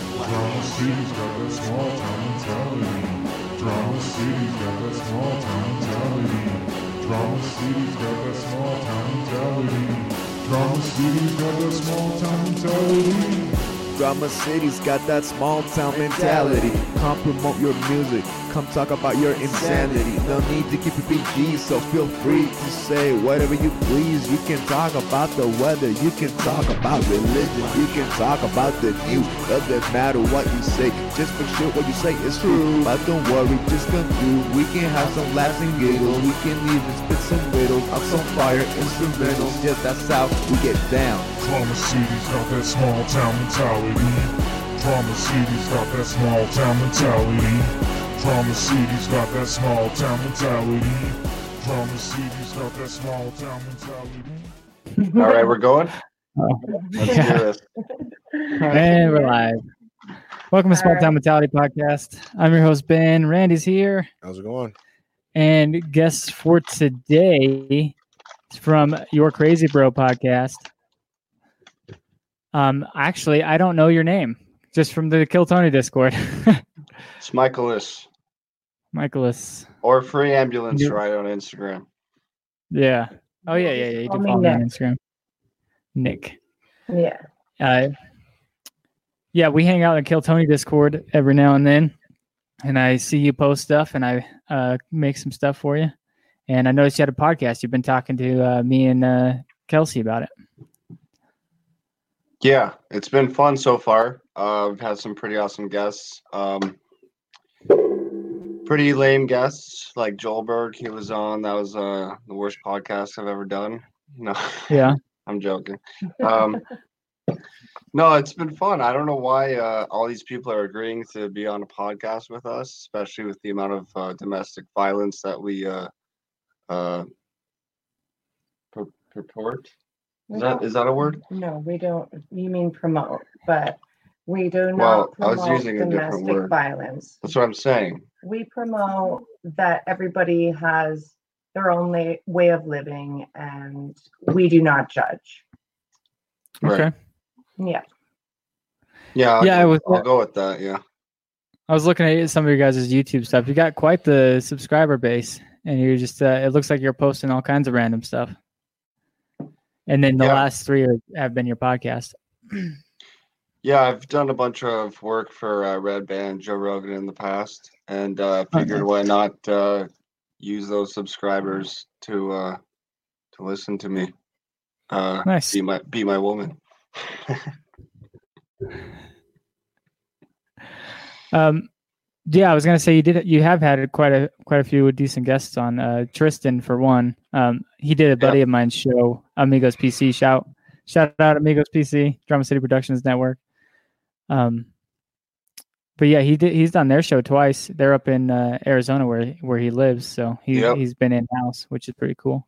Drama City's got that small town mentality. Drama City's got that small town mentality. Drama City's got that small town mentality. Drama City's got that small town mentality. Drama City's got that small town mentality. Come promote your music, come talk about your insanity. No need to keep it PG, so feel free to say whatever you please. You can talk about the weather, you can talk about religion, you can talk about the news. Doesn't matter what you say, just make sure what you say is true. But don't worry, just conclude. We can have some laughs and giggles, we can even spit some riddles. I'm some fire instrumentals, yeah, that's how we get down. Drama City's got that small town mentality. Drama City's got that small town mentality. Drama City's got that small town mentality. Drama City's got that small town mentality. All right, we're going. Let's Yeah. hear this. And we're live. Welcome to Small Town Mentality Podcast. I'm your host, Ben. Randy's here. How's it going? And guests for today is from Your Crazy Bro podcast. Um, actually, I don't know your name, just from the Kill Tony Discord. It's Michaelis Michaelis. or Free Ambulance Yep. Ride on Instagram. Yeah. Oh, yeah, yeah, yeah. You Call can me follow me on Instagram. Nick. Yeah. Uh, yeah, we hang out in Kill Tony Discord every now and then, and I see you post stuff, and I uh, make some stuff for you. And I noticed you had a podcast. You've been talking to uh, me and uh, Kelsey about it. Yeah, it's been fun so far. Uh, we've had some pretty awesome guests. Um, pretty lame guests like Joel Berg. He was on. That was uh, the worst podcast I've ever done. No, Yeah, I'm joking. Um, no, it's been fun. I don't know why uh, all these people are agreeing to be on a podcast with us, especially with the amount of uh, domestic violence that we uh, uh, pur- purport. We Is that don't- is that a word? no, we don't. You mean promote, but we do Well, not I was promote using a different domestic word. violence. That's what I'm saying. We promote that everybody has their own la- way of living and we do not judge. Right. Okay. Yeah. Yeah, I'll, Yeah, I go- was- I'll go with that. Yeah, I was looking at some of your guys' YouTube stuff. You got quite the subscriber base, and you're just—it looks like you're posting all kinds of random stuff. And then the Yeah. last three are, have been your podcast. yeah. I've done a bunch of work for uh, Red Band, Joe Rogan in the past, and uh, figured why not uh, use those subscribers to uh, to listen to me. Uh, Nice. be my be my woman. Um, yeah, I was gonna say you did. You have had quite a quite a few decent guests on. Uh, Tristan, for one, um, he did a buddy of mine's show, Amigos PC. Shout shout out Amigos PC, Drama City Productions Network. Um, but yeah, he did. He's done their show twice. They're up in uh, Arizona where where he lives, so he Yep. he's been in house, which is pretty cool.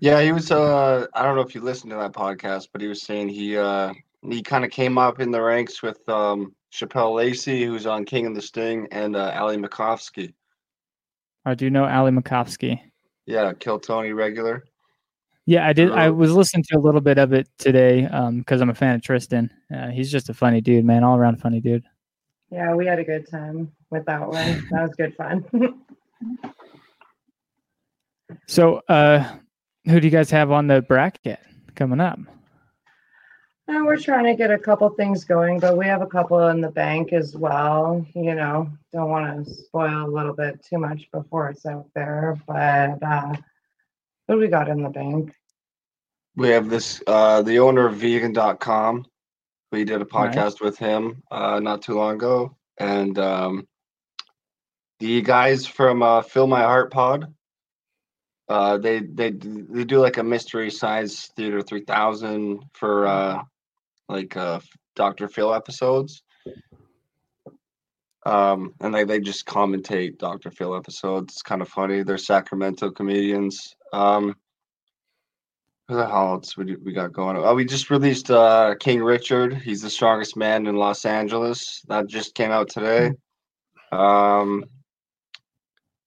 Yeah, he was. Uh, I don't know if you listened to that podcast, but he was saying he uh, he kind of came up in the ranks with um, Chappelle Lacey, who's on King and the Sting, and uh, Ali Makovsky. I do know Ali Makovsky. Yeah, Kill Tony regular. Yeah, I did. I Sure. was listening to a little bit of it today because I'm a fan of Tristan. Uh, he's just a funny dude, man, all around funny dude. Yeah. We had a good time with that one. That was good fun. So, uh, who do you guys have on the bracket coming up? and Uh, we're trying to get a couple things going, but we have a couple in the bank as well. You know, don't want to spoil a little bit too much before it's out there, but uh, what do we got in the bank? We have this uh the owner of vegan.com. We did a podcast Nice. with him uh not too long ago. And um the guys from uh Fill My Heart Pod. Uh they they d- they do like a mystery science theater three thousand for uh like uh Dr. Phil episodes. Um and they, they just commentate Dr. Phil episodes. It's kind of funny. They're Sacramento comedians. Um who the hell else we, do- we got going? Oh, we just released uh, King Richard. He's the strongest man in Los Angeles. That just came out today. Um,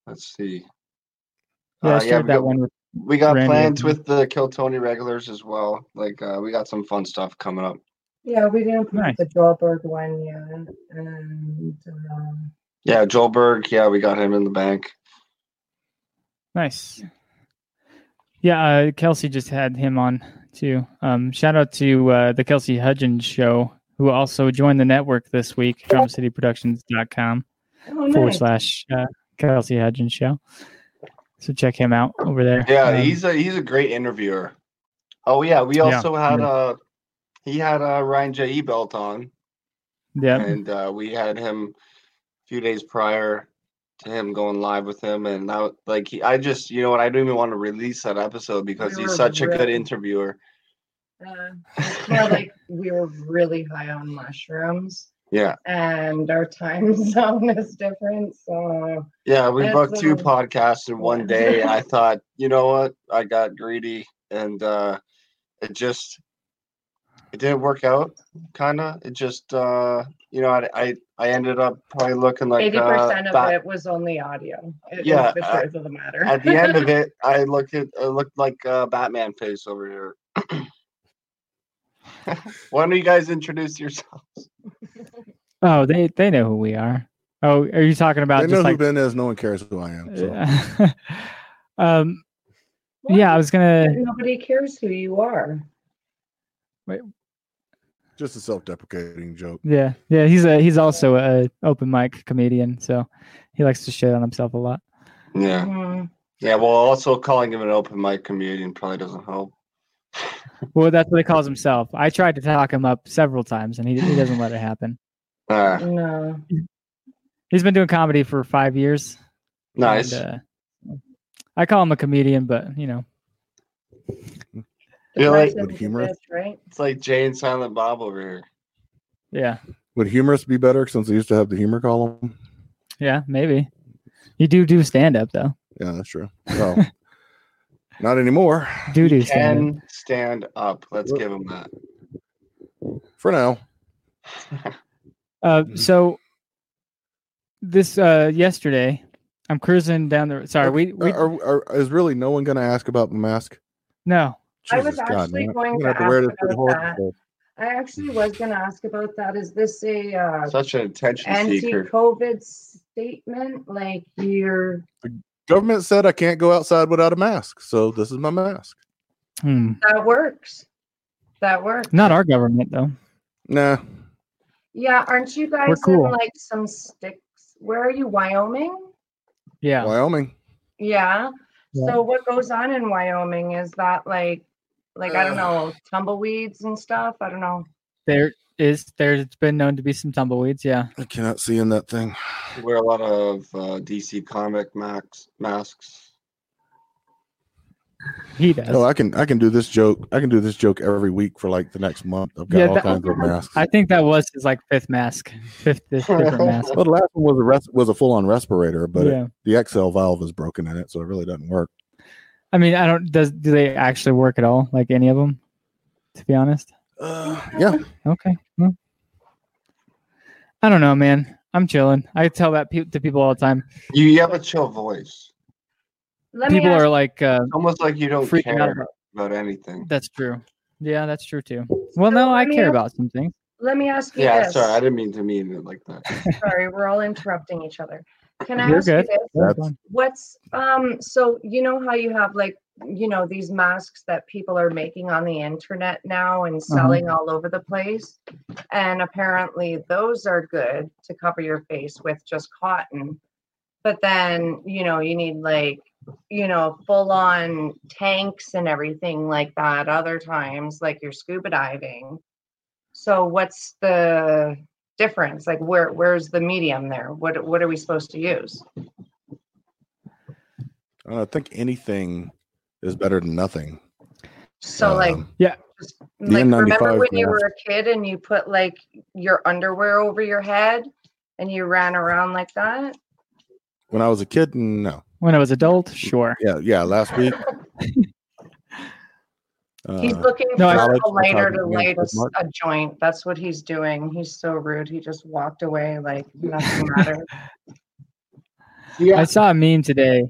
let's see. Yeah, I Uh, shared we that got, one. With, we got Randy, I plans think. with the Kill Tony regulars as well. Like uh, we got some fun stuff coming up. Yeah, we didn't put Nice. the Joelberg one yet, and um, Yeah, Joel Berg. Yeah, we got him in the bank. Nice. Yeah, uh, Kelsey just had him on too. Um, shout out to uh, the Kelsey Hudgens show, who also joined the network this week, drumcityproductions.com oh, forward nice. slash uh, Kelsey Hudgens show. So check him out over there. Yeah, Um, he's a he's a great interviewer. Oh yeah, we Yeah, also had yeah. uh he had uh Ryan J. E. Belt on, yeah, and uh, we had him a few days prior to him going live with him, and now like he, I just you know what I don't even want to release that episode because We he's were such a good really- interviewer. Uh, it's more like we were really high on mushrooms, Yeah, and our time zone is different. So yeah, we That's booked two little- podcasts in one Yeah. day. I thought you know what I got greedy, and uh it just it didn't work out. Kind of, it just uh you know I I, I ended up probably looking like eighty percent uh, of Bat- it was only audio. It is Yeah, the uh, truth of the matter. at the end of it, I looked at I looked like uh, Batman face over here. Why don't you guys introduce yourself? Oh, they they know who we are. Oh, are you talking about They know just who like? Ben is. No one cares who I am. So. um, yeah, I was gonna. Nobody cares who you are. Just a self-deprecating joke. Yeah, yeah, he's a he's also a open mic comedian, so he likes to shit on himself a lot. Yeah, Hmm. Mm-hmm. yeah. Well, also calling him an open mic comedian probably doesn't help. Well, that's what he calls himself. I tried to talk him up several times, and he he doesn't let it happen. Uh, No. He's been doing comedy for five years. and, nice. uh, I call him a comedian, but you know, You're like- Depressive With humor? is, right? It's like Jay and Silent Bob over here. yeah, Would humorous be better since they used to have the humor column? yeah, maybe. You do do stand up though. Yeah, that's true. Well, not anymore Do do stand up. Can stand up. Let's give him that. for now. Uh, Mm-hmm. Mhm. so this uh yesterday, I'm cruising down the. Sorry, we we are, are, are- is really no one going to ask about the mask? no. I was actually going to ask freaking about that. I actually was going to ask about that. Is this a uh, Such an attention seeker. anti-COVID statement? Like you're Government said I can't go outside without a mask, so this is my mask. Hmm. that works. That works. Not our government though. Nah, Yeah, aren't you guys cool. in like some sticks? Where are you? Wyoming? Yeah. Wyoming. Yeah. Yeah. So what goes on in Wyoming is that like like I don't know, tumbleweeds and stuff. I don't know. There is there's been known to be some tumbleweeds, yeah. I cannot see in that thing. We Wear a lot of uh, DC comic max masks. He does. Oh, I can I can do this joke. I can do this joke every week for like the next month. I've got Yeah, all that- kinds of masks. I think that was his like fifth mask. Fifth this different mask. well, the last one was a res- was a full on respirator, but it- yeah. the XL valve is broken in it, so it really doesn't work. I mean, I don't does do they actually work at all, like any of them? To be honest. Uh, yeah, Okay. well. I don't know, man. I'm chilling. I tell that pe- to people all the time. You, you have a chill voice. Let people me ask are like uh, Almost like you don't freaking out care about. about anything. That's true. Yeah, that's true too. Well, no, I let me care ask- about some things. let me ask you Yeah, this. sorry, I didn't mean to mean it like that. Sorry, we're all interrupting each other. Can I You're ask good. you this? That's- What's um so you know how you have like you know these masks that people are making on the internet now and selling all over the place and apparently those are good to cover your face with just cotton but then you know you need like you know full on tanks and everything like that other times like you're scuba diving so what's the difference like where where's the medium there what what are we supposed to use I think anything is better than nothing. so like Um, The like remember N95 when you mask. were a kid and you put like your underwear over your head and you ran around like that when I was a kid, no. When I was adult, sure. Yeah, yeah. Last week. he's uh, looking No, I- for Alex, a we're lighter talking to about light a, Mark. s- a joint that's what he's doing he's so rude he just walked away like nothing mattered Yeah, I saw a meme today.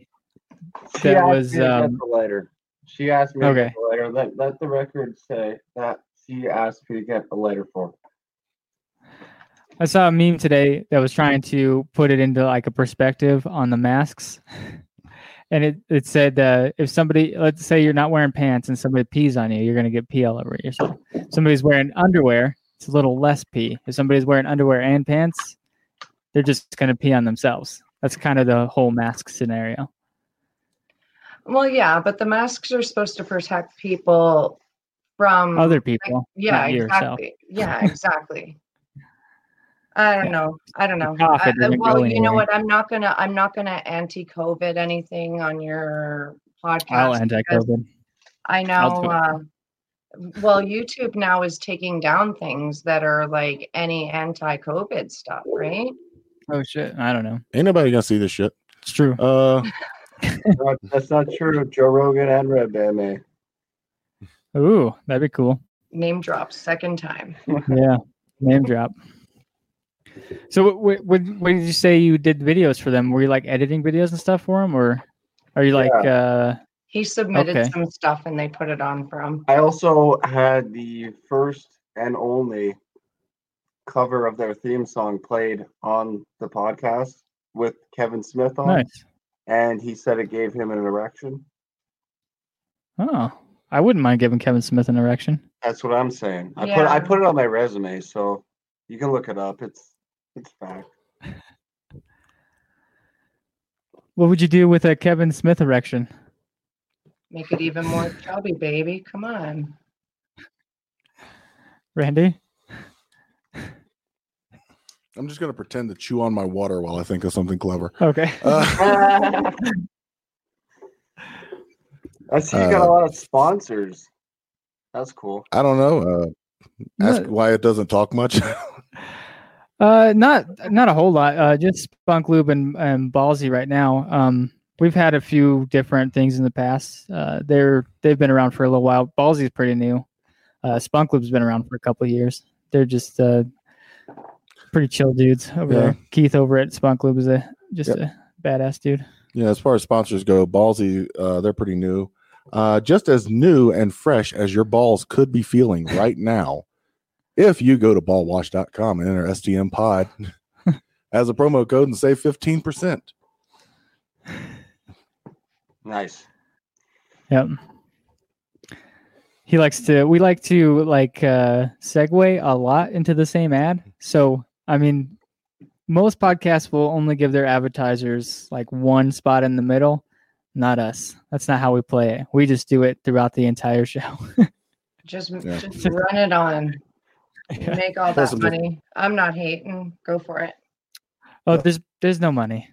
that was, um, later. She asked me Okay. okay. later. Let let the record say that she asked me to get a letter for. I saw a meme today that was trying to put it into like a perspective on the masks. And it, it said uh, if somebody let's say you're not wearing pants and somebody pees on you, you're gonna get pee all over yourself. Somebody's wearing underwear, it's a little less pee. If somebody's wearing underwear and pants, they're just gonna pee on themselves. That's kind of the whole mask scenario. Well, yeah, but the masks are supposed to protect people from Other people. Yeah, not yourself. exactly. Yeah, exactly. I don't Yeah. know. I don't know. cough, I- it I- doesn't well, go you know anywhere. what? I'm not gonna. I'm not gonna anti-COVID anything on your podcast. I'll anti because COVID. I know. I'll do it. Uh, well, YouTube now is taking down things that are like any anti-COVID stuff, right? Oh shit. I don't know. Ain't nobody gonna see this shit. It's true. Uh, No, That's not true. Joe Rogan and Red Band may. Ooh, that'd be cool. Name drops second time. yeah name drop so what, what, what, what did you say you did videos for them were you like editing videos and stuff for them or are you like uh He submitted Okay. some stuff and they put it on for him. I also had the first and only cover of their theme song played on the podcast with Kevin Smith on, nice and he said it gave him an erection. oh i wouldn't mind giving kevin smith an erection That's what I'm saying. I put I Yeah. put it on my resume, so you can look it up. It's it's fact. what would you do with a kevin smith erection Make it even more chubby, baby. Come on. randy I'm just gonna pretend to chew on my water while I think of something clever. okay Uh, I see you got a Uh, lot of sponsors. That's cool. I don't know. Uh, ask why it doesn't talk much. Uh, not not a whole lot. Uh, just Spunk Lube and, and Ballsy right now. Um, we've had a few different things in the past. Uh, they're they've been around for a little while. Ballsy's pretty new. Uh, Spunk Lube's been around for a couple of years. They're just uh, pretty chill dudes over Yeah. there. Keith over at Spunk Lube is a just Yep. a badass dude. Yeah, as far as sponsors go, Ballsy, uh, they're pretty new. Uh, just as new and fresh as your balls could be feeling right now if you go to ballwash.com and enter STM pod as a promo code and save 15%. Nice. Yep. He likes to. We like to like uh, segue a lot into the same ad. So I mean, most podcasts will only give their advertisers like one spot in the middle. Not us. That's not how we play it. We just do it throughout the entire show. Just, Yeah. just run it on. Yeah. Make all That's that some diff- money. I'm not hating. Go for it. Oh, there's there's no money.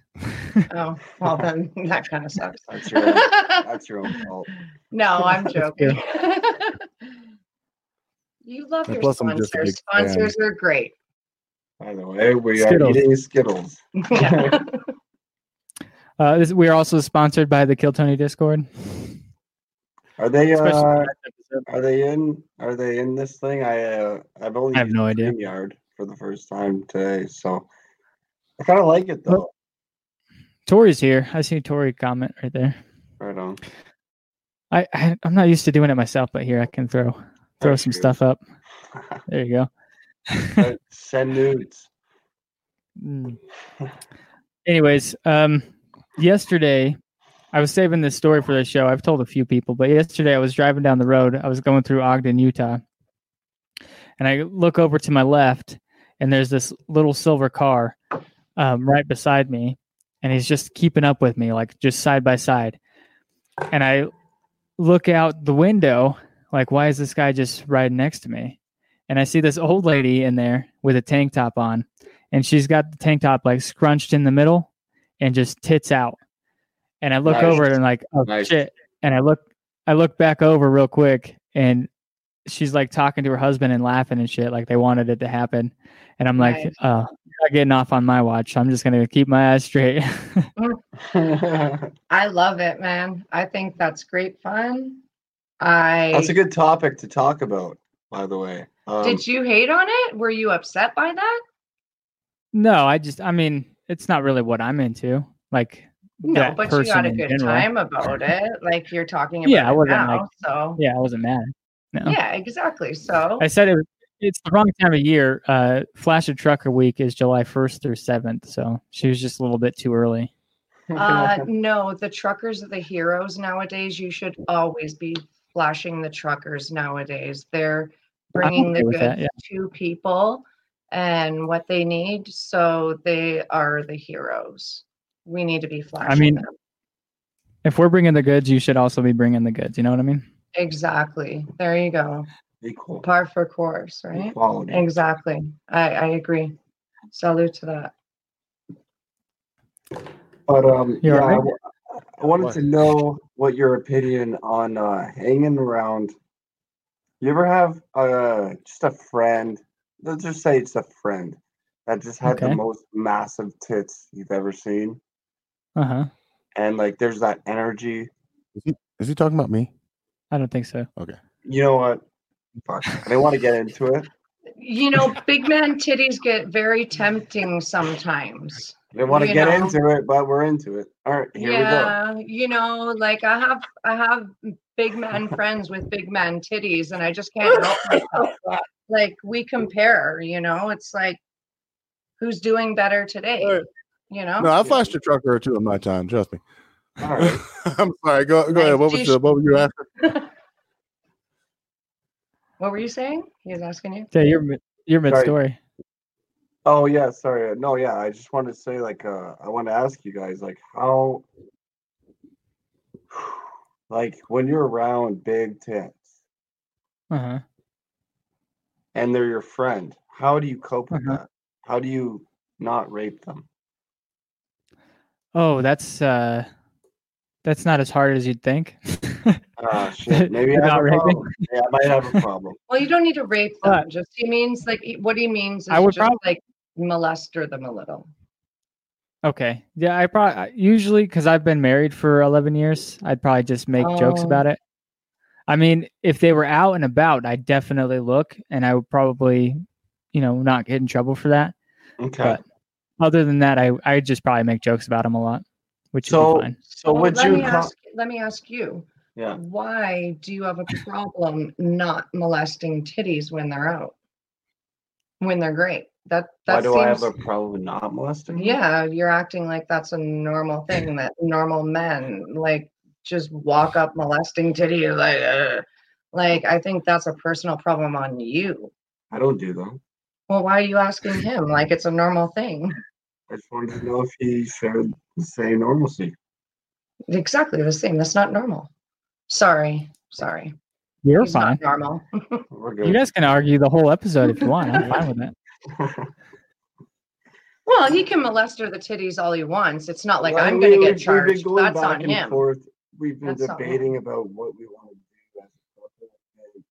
Oh, well, then that kind of sucks. That's your own, that's your own fault. no, I'm That's joking. you love And your plus I'm just a big sponsors. fan. Sponsors are great. By the way, we Skittles. are eating Skittles. Yeah. Uh, this, we are also sponsored by the Kill Tony Discord. Are they Especially uh, for this episode. are they in are they in this thing? I uh, I've only I have no idea. yard for the first time today, so I kind of like it though. Tori's here. I see Tori comment right there. Right on. I, I I'm not used to doing it myself, but here I can throw throw Oh, some shoot. stuff up. There you go. Uh, Send nudes. Mm. Anyways, um, yesterday I was saving this story for the show. I've told a few people, but yesterday I was driving down the road. I was going through Ogden, Utah, and I look over to my left, and there's this little silver car um, right beside me, and he's just keeping up with me, like just side by side. And I look out the window, like, why is this guy just riding next to me? And I see this old lady in there with a tank top on and she's got the tank top like scrunched in the middle and just tits out. And I look Nice. over and like, oh Nice. shit. And I look I look back over real quick and she's like talking to her husband and laughing and shit, like they wanted it to happen. And I'm like, Nice. uh, you're not getting off on my watch. I'm just gonna keep my eyes straight. that's I love it, man. I think that's great fun. I a good topic to talk about. By the way, um, did you hate on it? Were you upset by that? no, I just I mean, it's not really what I'm into. Like No, that but you person had a in good general. time about it. Like you're talking about Yeah, I it wasn't, now. like- so Yeah, I wasn't mad. now. Yeah, exactly. So I said it. was- It's the wrong time of year. Uh, Flash of Trucker Week is July 1st through 7th, so she was just a little bit too early. Uh, no, the truckers are the heroes nowadays. You should always be flashing the truckers nowadays. They're bringing the okay with goods that, yeah. to people and what they need, so they are the heroes. We need to be flashing. mean- them. If we're bringing the goods, you should also be bringing the goods. You know what I mean? exactly. There you go. Equal. Par for course, right? Equality. Exactly. I I agree. Salute to that. But um, yeah, You're I, right. w- I wanted What? to know what your opinion on uh, hanging around. You ever have uh, just a friend? Let's just say it's a friend that just had Okay. the most massive tits you've ever seen, Uh huh. and like there's that energy. Is he talking about me? I don't think so. You know what? Fuck, I didn't want to get into it. You know, big man titties get very tempting sometimes. I didn't want to You get know. into it, but we're into it. All right, here yeah, you know, like I have I have big man friends with big man titties, and I just can't help myself. Like we compare, you know, it's like who's doing better today, Right. you know? No, I flashed a trucker or two in my time. Trust me. we go. All right. I'm sorry. Go, go ahead. What was the, what were you asking? What were you saying? He was asking you. Yeah, you're mi- you're mid story. Oh yeah, sorry. No, yeah, I just wanted to say like uh I want to ask you guys like how like when you're around big tits Uh huh. and they're your friend, how do you cope with Uh-huh. that? How do you not rape them? Oh, that's uh, that's not as hard as you'd think. Ah shit, maybe I have Without a raping? problem. Yeah, I might have a problem. Well, you don't need to rape them. But- just he means like he- what he means is I would just prob- like molester them a little. okay. Yeah, I probably usually because I've been married for 11 years, I'd probably just make jokes Oh. about it. I mean, if they were out and about, I'd definitely look, and I would probably, you know, not get in trouble for that. Okay. But- Other than that, I I just probably make jokes about them a lot, which would So- be fine. So Well, would let you me co- ask, let me ask you, Yeah. why do you have a problem not molesting titties when they're out? When they're great. That Why that do seems I have a problem with not molesting? them? yeah, you're acting like that's a normal thing that normal men like just walk up molesting titty like "Ugh." like I think that's a personal problem on you. I don't do them. Well, why are you asking him? Like it's a normal thing. I just wanted to know if he shared the same normalcy. Exactly the same. That's not normal. Sorry. Sorry. You're He's fine. not normal. We're You good. guys can argue the whole episode if you want. I'm fine with that. Well, he can molest her the titties all he wants. It's not like Well, I'm we- going we- we've to get been charged. going That's back on and him. forth. We've been That's on him. debating about what we want to do. as a couple, and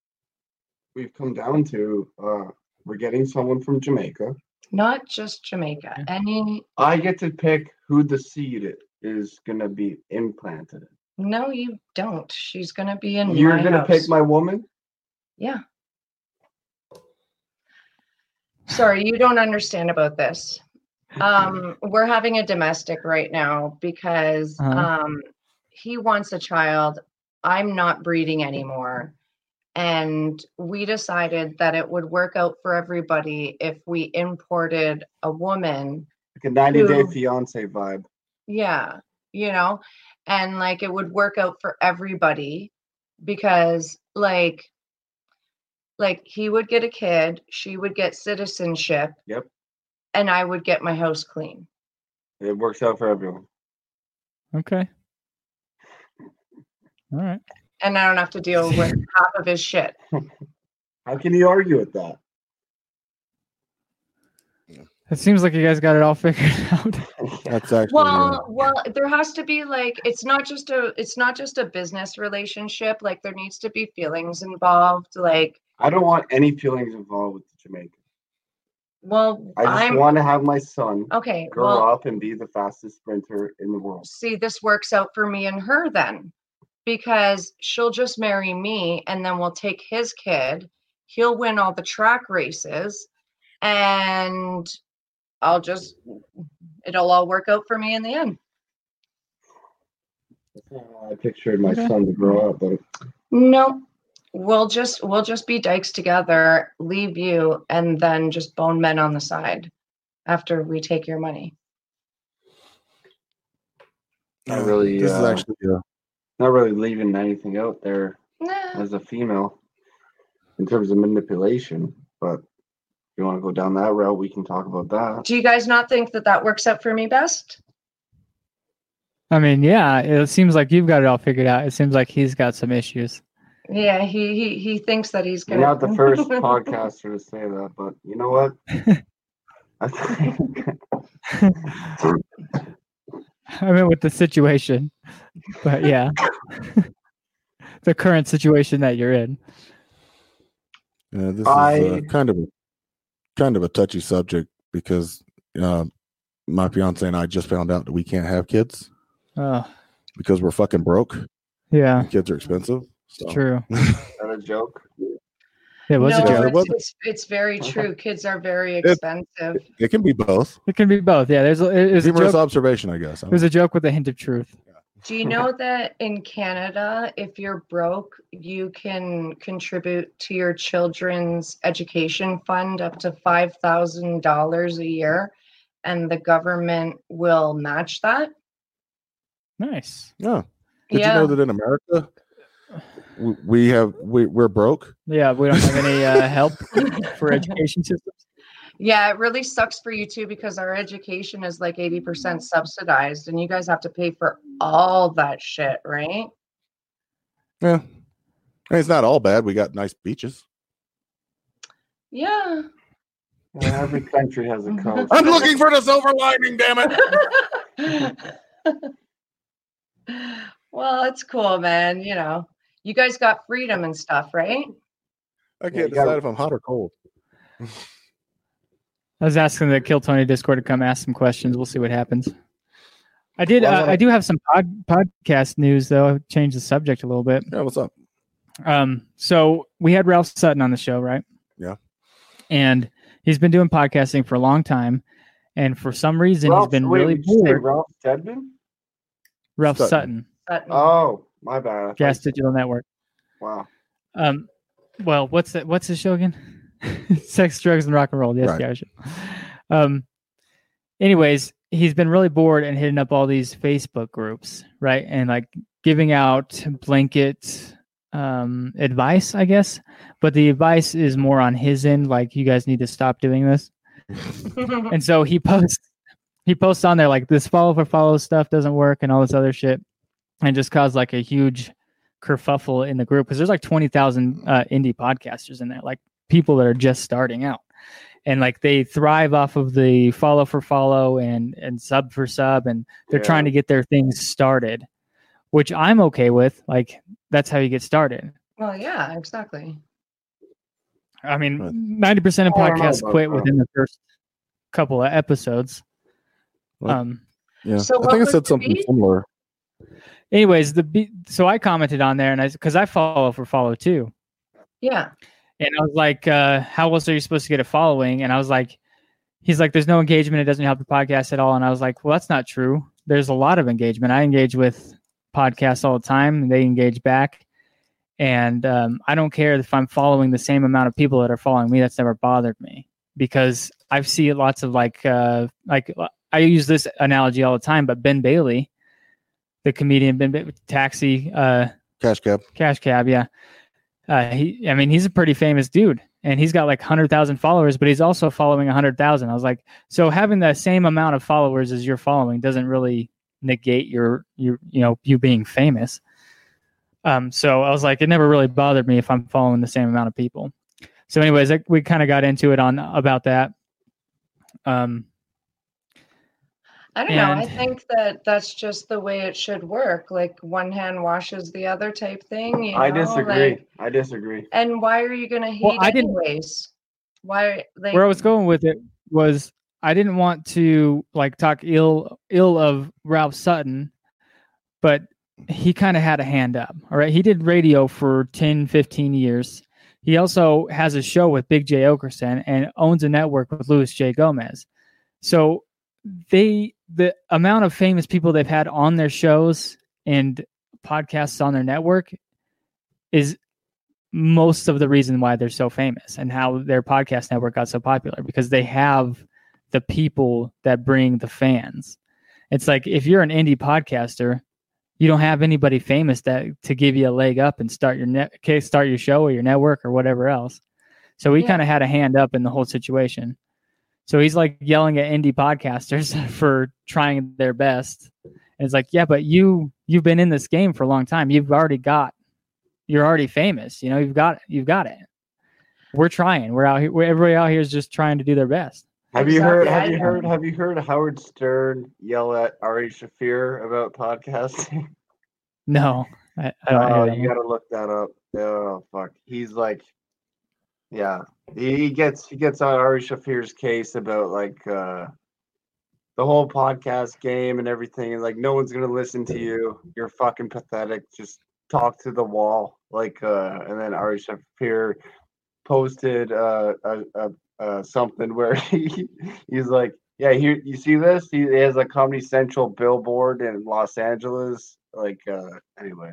We've come down to uh, we're getting someone from Jamaica. Not just Jamaica. Any? I get to pick who the seed is going to be implanted. in. No, you don't. She's going to be in. You're my going to pick house. my woman? Yeah. Sorry, you don't understand about this. Um, we're having a domestic right now because Uh-huh. um, he wants a child. I'm not breeding anymore. And we decided that it would work out for everybody if we imported a woman Like a 90 day Who? fiance vibe. yeah, you know, and like it would work out for everybody because like like he would get a kid, she would get citizenship. Yep. And I would get my house clean. It works out for everyone. Okay. All right. And I don't have to deal with half of his shit. How can you argue with that? It seems like you guys got it all figured out. That's Mm. actually. uh, Well, well, there has to be like it's not just a it's not just a business relationship. Like there needs to be feelings involved. Like, I don't want any feelings involved with the Jamaican. well, I just I'm want to have my son okay. grow Well, up and be the fastest sprinter in the world. see this works out for me and her then because she'll just marry me and then we'll take his kid he'll win all the track races and i'll just it'll all work out for me in the end That's not how I pictured my Okay. son to grow up, but no We'll just we'll just be dykes together, leave you, and then just bone men on the side after we take your money. Not really, This is uh, actually uh, Not really leaving anything out there Nah. as a female in terms of manipulation, but if you want to go down that route, we can talk about that. Do you guys not think that that works out for me best? I mean, yeah, it seems like you've got it all figured out. It seems like he's got some issues. Yeah, he he he thinks that he's You're gonna. not the first podcaster to say that, but you know what? I think I mean, with the situation, but yeah, the current situation that you're in. Yeah, this is I- uh, kind of a kind of a touchy subject because uh, my fiance and I just found out that we can't have kids Oh, because we're fucking broke. yeah, Kids are expensive. So. it's true. is that a joke. It was. no, a joke. joke. it's, it's, it's very true. Kids are very expensive. It can be both. It can be both. Yeah, there's. A, it was a Humorous joke. observation, I guess. I It was a joke with a hint of truth. Do you know that in Canada, if you're broke, you can contribute to your children's education fund up to $5,000 a year, and the government will match that? Nice. don't- yeah. Did you know that in America w- we have we, we're broke? Yeah, we don't have any uh, help for education systems. Yeah, it really sucks for you too because our education is like 80% subsidized and you guys have to pay for all that shit, right? Yeah. I mean, it's not all bad. We got nice beaches. Yeah. Yeah, Every country has a coach. I'm looking for the silver lining, damn it. well, it's cool, man. You know, you guys got freedom and stuff, right? I Yeah, you can't gotta- decide if I'm hot or cold. I was asking the Kill Tony Discord to come ask some questions. We'll see what happens. I did. Well, I uh, wanna- I do have some pod, podcast news, though. I've changed the subject a little bit. Yeah, what's up? Um, so we had Ralph Sutton on the show, right? Yeah. And he's been doing podcasting for a long time, and for some reason Ralph- he's been wait, really did you say bored. Ralph Tedman? Ralph Sutton. Sutton, But Oh, my bad. I thought- Gas Digital Network. Wow. Um, well, what's that? What's the show again? Sex, drugs, and rock and roll. Yes, Right. yeah, sure. Um, anyways, he's been really bored and hitting up all these Facebook groups, right? And like giving out blanket um advice, I guess. But the advice is more on his end, like you guys need to stop doing this. And so he posts he posts on there like this follow for follow stuff doesn't work and all this other shit and just caused like a huge kerfuffle in the group because there's like 20,000 uh, indie podcasters in there, like people that are just starting out. And like they thrive off of the follow for follow and and sub for sub and they're Yeah. trying to get their things started, which I'm okay with. Like that's how you get started. well, yeah, exactly. I Right. mean, 90% of I don't know podcasts about quit that. within the first couple of episodes. What? Um Yeah. So I what think I was said the something beat? similar. anyways, the be- so I commented on there and I cuz I follow for follow too. Yeah. And I was like, uh, how else are you supposed to get a following? And I was like, he's like, there's no engagement. It doesn't help the podcast at all. And I was like, well, that's not true. There's a lot of engagement. I engage with podcasts all the time. And they engage back. And um, I don't care if I'm following the same amount of people that are following me. That's never bothered me because I've seen lots of like, uh, like I use this analogy all the time, but Ben Bailey, the comedian, Ben ba- Taxi, uh, Cash cab. Cash Cab, yeah. Uh, he, I mean, he's a pretty famous dude, and he's got like hundred thousand followers, but he's also following hundred thousand. I was like, so having the same amount of followers as you're following doesn't really negate your your you know you being famous. Um, so I was like, it never really bothered me if I'm following the same amount of people. So, anyways, like, we kind of got into it on about that. Um, I don't know. I And- think that that's just the way it should work. Like one hand washes the other type thing. You I know? disagree. Like, I disagree. and why are you going to hate Well, I didn't- anyways? Why? Like, where I was going with it was I didn't want to like talk ill ill of Ralph Sutton, but he kind of had a hand up. All right. He did radio for 10, 15 years. He also has a show with Big J Okerson and owns a network with Louis J. Gomez. So they the amount of famous people they've had on their shows and podcasts on their network is most of the reason why they're so famous and how their podcast network got so popular because they have the people that bring the fans. It's like if you're an indie podcaster, you don't have anybody famous that to give you a leg up and start your net okay, start your show or your network or whatever else. So we Yeah. kind of had a hand up in the whole situation. So he's like yelling at indie podcasters for trying their best. And it's like, yeah, but you you've been in this game for a long time. You've already got you're already famous. You know, you've got it. You've got it. We're trying. We're out here. We're, everybody out here is just trying to do their best. Have you heard? Have Exactly. you heard? Have you heard Howard Stern yell at Ari Shafir about podcasting? No, I, I don't Oh, hear that you one. gotta look that up. Oh fuck, he's like, yeah, he, he gets he gets on Ari Shafir's case about like uh the whole podcast game and everything, and like no one's gonna listen to you. You're fucking pathetic. Just talk to the wall, like. uh And then Ari Shafir posted uh, a, a, a something where he he's like. Yeah, here you see this. He has a Comedy Central billboard in Los Angeles. Like, uh, anyway,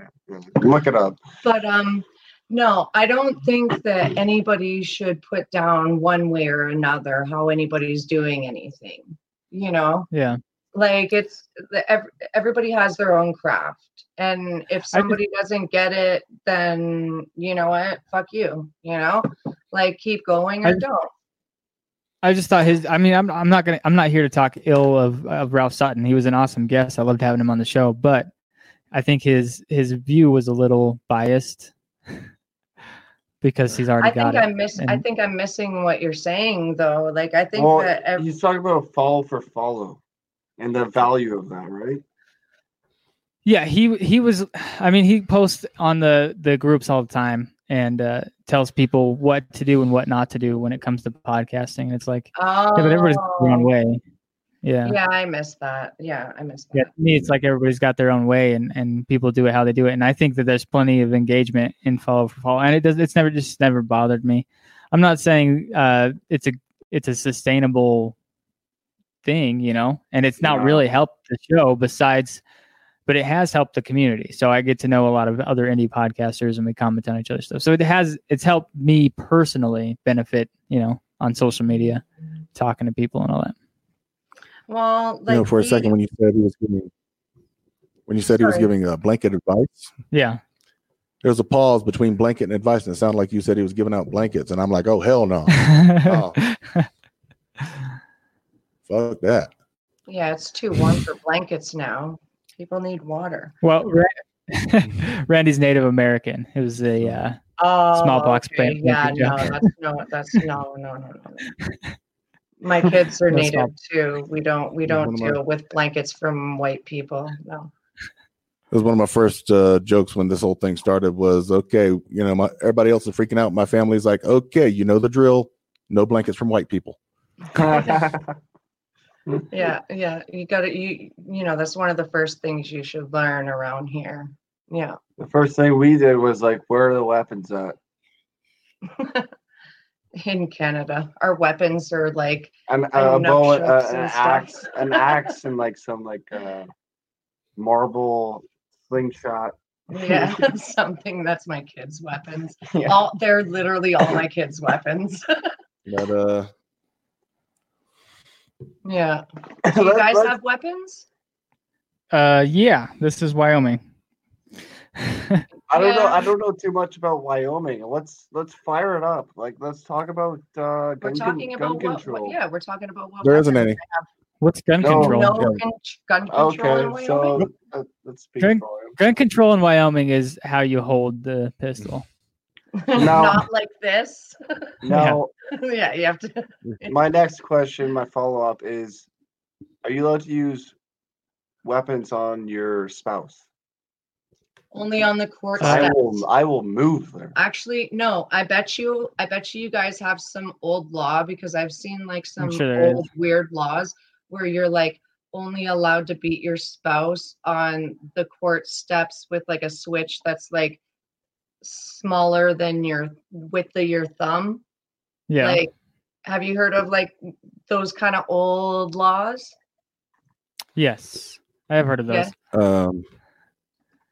look it up. But um, no, I don't think that anybody should put down one way or another how anybody's doing anything. You know, Yeah. like it's the, ev- everybody has their own craft, and if somebody doesn't get it, then you know what? Fuck you. You know, like keep going or I- don't. I just thought his. I mean, I'm I'm not gonna. I'm not here to talk ill of of Ralph Sutton. He was an awesome guest. I loved having him on the show, but I think his his view was a little biased because he's already I think got it. I'm miss. I and- think I'm missing what you're saying though. Like I think Well, that ev- he's talking about follow for follow and the value of that, right? Yeah, he he was. I mean, he posts on the the groups all the time and uh, tells people what to do and what not to do when it comes to podcasting. It's like, oh, yeah, but everybody's got their own way. Yeah. Yeah, I missed that. Yeah, I missed that. yeah to me it's like everybody's got their own way and and people do it how they do it and i think that there's plenty of engagement in follow for follow and it does it's never just never bothered me i'm not saying uh it's a it's a sustainable thing you know and it's not No. really helped the show besides but it has helped the community so i get to know a lot of other indie podcasters and we comment on each other's stuff so it has it's helped me personally benefit you know on social media talking to people and all that Well, like you know, for a we- second when you said he was giving when you said he was Sorry. giving a blanket advice, yeah there was a pause between blanket and advice, and it sounded like you said he was giving out blankets, and I'm like, oh hell no, Oh, fuck that. Yeah, it's too warm for blankets now. People need water. Well, Ra- Randy's Native American. It was a uh, Oh, Smallpox okay. plant, Yeah, thank you, no, John. that's no, that's no, no, no, no. no. My kids are No native too. We don't, we don't One of my- deal with blankets from white people. No. It was one of my first uh, jokes when this whole thing started. Was okay, you know, my, everybody else is freaking out. My family's like, okay, you know the drill. No blankets from white people. Yeah, yeah. You gotta, you, you know, that's one of the first things you should learn around here. Yeah. The first thing we did was like, where are the weapons at? In Canada, our weapons are like, An, I a bow, know shucks uh, an and stuff. axe, an axe, and like some like uh, marble slingshot. yeah, something that's my kids' weapons. Yeah. All they're literally all my kids' weapons. But Oh, uh, yeah. Let's- Do you guys let's- have weapons? uh, yeah. This is Wyoming. I don't know. Yeah. I don't know too much about Wyoming. Let's let's fire it up. Like let's talk about uh, gun, We're con- talking gun about what, control. what? Yeah, we're talking about what. there isn't weapons. any. What's gun No. control? No Yeah. gun, gun control in Okay, Wyoming? so uh, let's speak. Gun- volume. Gun control in Wyoming is how you hold the pistol. Not like this. Now, yeah, you have to. my next question, my follow up is Are you allowed to use weapons on your spouse? Only on the court I steps. will, I will move there. Actually, no. I bet you. I bet you. You guys have some old law because I've seen like some sure there is. old weird laws where you're like only allowed to beat your spouse on the court steps with like a switch that's like smaller than your width of your thumb. Yeah. Like, have you heard of like those kind of old laws? yes. I have heard of Yeah. those. Um,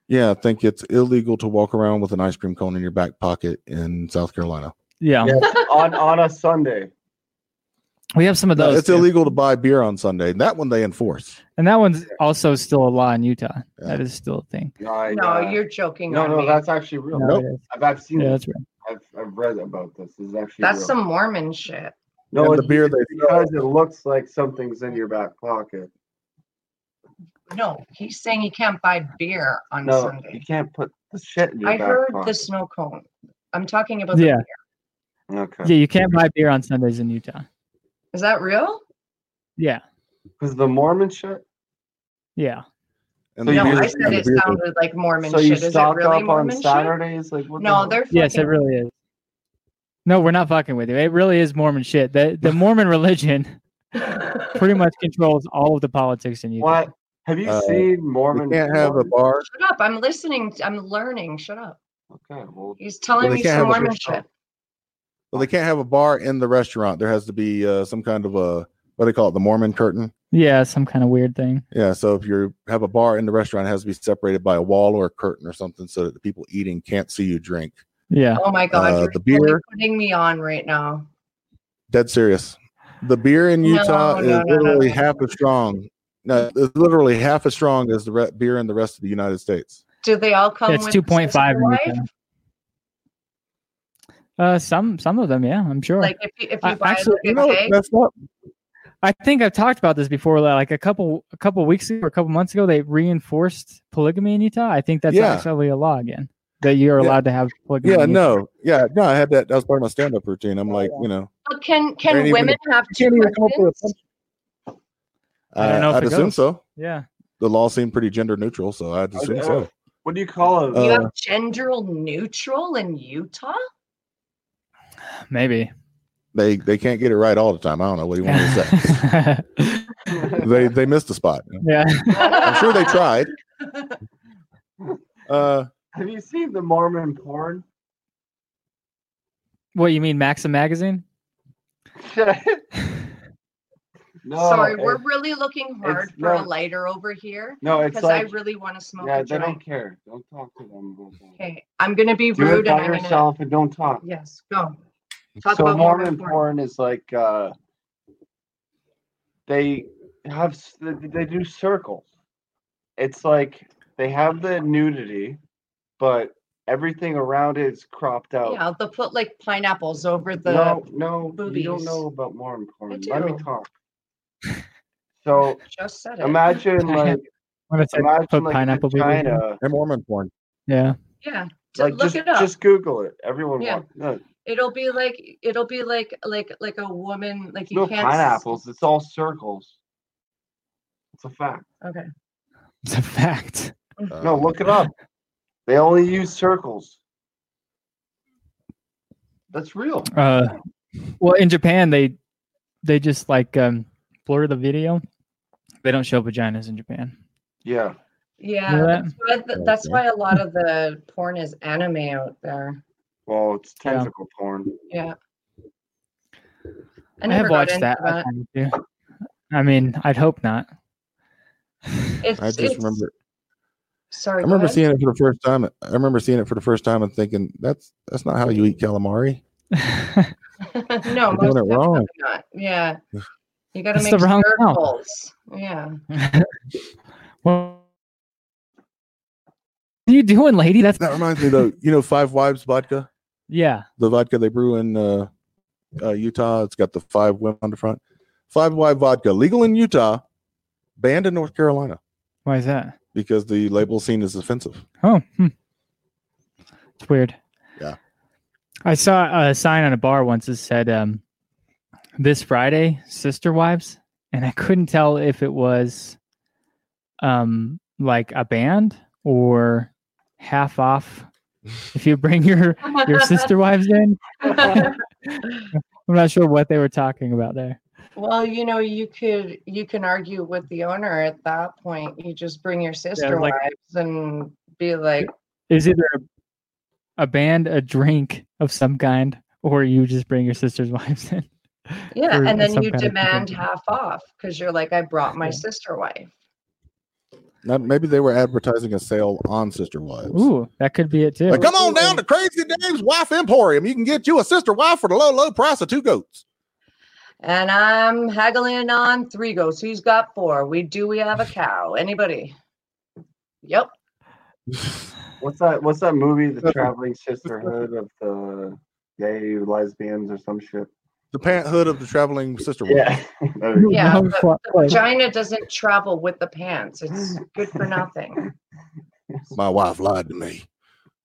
Yeah, I think it's illegal to walk around with an ice cream cone in your back pocket in South Carolina. Yeah, Yeah, on on a Sunday. we have some of those, it's too. illegal to buy beer on Sunday. That one they enforce. and that one's also still a law in Utah. Yeah. That is still a thing. No, I, No, uh, you're joking no, on no. me. That's actually real. No, it is. I've, I've seen Yeah, this. that's right. I've, I've read about this. This is actually That's real. some Mormon shit. no and the it's beer they because it looks like something's in your back pocket. No, he's saying you can't buy beer on No, you Sunday. can't put the shit in your I back heard pocket. the snow cone. I'm talking about the Yeah. beer. Okay. Yeah, you can't buy beer on Sundays in Utah. Is that real? Yeah, Because the Mormon shit. yeah. and the So No, you beer- I just- said and the it beer- sounded like Mormon so you shit. Is it stock really up on Mormon shit? Saturdays? Like what? the No, hell? they're Yes, it fucking- really is. No, we're not fucking with you. It really is Mormon shit. The the Mormon religion pretty much controls all of the politics in Utah. What? Have you Uh, seen Mormon? We can't have a porn? bar. Shut up. I'm listening. I'm learning. Shut up. Okay. Well, He's telling they me can't some have a Mormon restaurant. shit. Well, they can't have a bar in the restaurant. There has to be uh, some kind of a what do they call it? The Mormon curtain. Yeah, some kind of weird thing. Yeah. So if you have a bar in the restaurant, it has to be separated by a wall or a curtain or something so that the people eating can't see you drink. Yeah. Oh my god, Uh, you're the totally beer- putting me on right now. Dead serious. The beer in No, Utah no, is no, no, literally no. half as strong. No, it's literally half as strong as the re- beer in the rest of the United States. Do they all come? it's with two point five in sister wife? Utah. Uh, some some of them, yeah, I'm sure. Like if you if you I- buy actually, like, a You know, cake, that's not I think I've talked about this before, like a couple a couple weeks ago or a couple months ago, they reinforced polygamy in Utah. I think that's Yeah. actually a law again that you're Yeah. allowed to have polygamy. Yeah, in Utah. no, yeah, no. I had that. That was part of my stand-up routine. I'm like, you know, But can ain't can even women have you two can't even come up with husbands? I I don't know if I'd it assume goes. so. Yeah, The law seemed pretty gender neutral, so I'd assume uh, so. what do you call it? Uh, You have gender neutral in Utah? maybe. They they can't get it right all the time. I don't know what do you want me to say. they they missed the spot. yeah. I'm sure they tried. Uh, have you seen the Mormon porn? What you mean, Maxim magazine? no. Sorry, it- we're really looking hard for a not- lighter over here no. It's because I like really want to smoke yeah. a They joint. don't care. Don't talk to them. about that. Okay, I'm gonna be Do it rude and by I'm gonna yourself and don't talk. yes go. Talk so about Mormon Mormon porn. porn. is like uh, they have s- they they do circles. It's like they have the nudity, but everything around it is cropped out. Yeah, they'll put like pineapples over the. no, no, you don't boobies. know about Mormon porn. I Let me do. talk. So Just said it. imagine like When it's imagine put like pineapple pineapple baby. China. and Mormon porn. Yeah. yeah, d- Like look just, it up. just Google it. Everyone Yeah. wants no, It'll be like it'll be like like like a woman like you no can't. s- pineapples. It's all circles. It's a fact. Okay. It's a fact. No, Uh, look it up. They only use circles. That's real. Uh, well, in Japan, they they just like um, blur the video. They don't show vaginas in Japan. Yeah. Yeah, Remember that? that's, why, th- that's Okay. why a lot of the porn is anime out there. Well, it's Yeah. tentacle porn. Yeah. I I, never have got watched into that. I that. kind of do. I mean, I'd hope not. It's, I just it's- remember. I Sorry, go remember ahead. seeing it for the first time. I remember seeing it for the first time and thinking that's that's not how you eat calamari. That's no, You're doing most it definitely wrong. Not. Yeah, you got to That's make the wrong count. circles. Yeah, well, what are you doing, lady? That's That reminds me though, you know, Five Wives vodka. yeah. the vodka they brew in uh, uh, Utah. It's got the five women on the front. Five Y vodka, legal in Utah, banned in North Carolina Why is that? because the label seen as offensive. Oh, hmm. it's weird. Yeah. I saw a sign on a bar once that said, um, "This Friday, Sister Wives," and I couldn't tell if it was, um, like a band or half off if you bring your your sister wives in. I'm not sure what they were talking about there. well, you know, you could you can argue with the owner at that point. You just bring your sister like- wives and be like, Is either a, a band, a drink of some kind, or you just bring your sister's wives in. yeah, for and then some you kind of demand convention. half off because you're like, I brought my Yeah. sister wife. Now, maybe they were advertising a sale on Sister Wives. Ooh, that could be it too. Like, come on down to Crazy Dave's Wife Emporium. You can get you a sister wife for the low, low price of two goats. And I'm haggling on three goats. Who's got four? We do. We have a cow. Anybody? Yep. What's that? What's that movie? The Nothing. Traveling Sisterhood of the Gay Lesbians or some shit. The panthood of the traveling sister wife. There you go. Yeah, No but- fly- Vagina doesn't travel with the pants. It's good for nothing. My wife lied to me.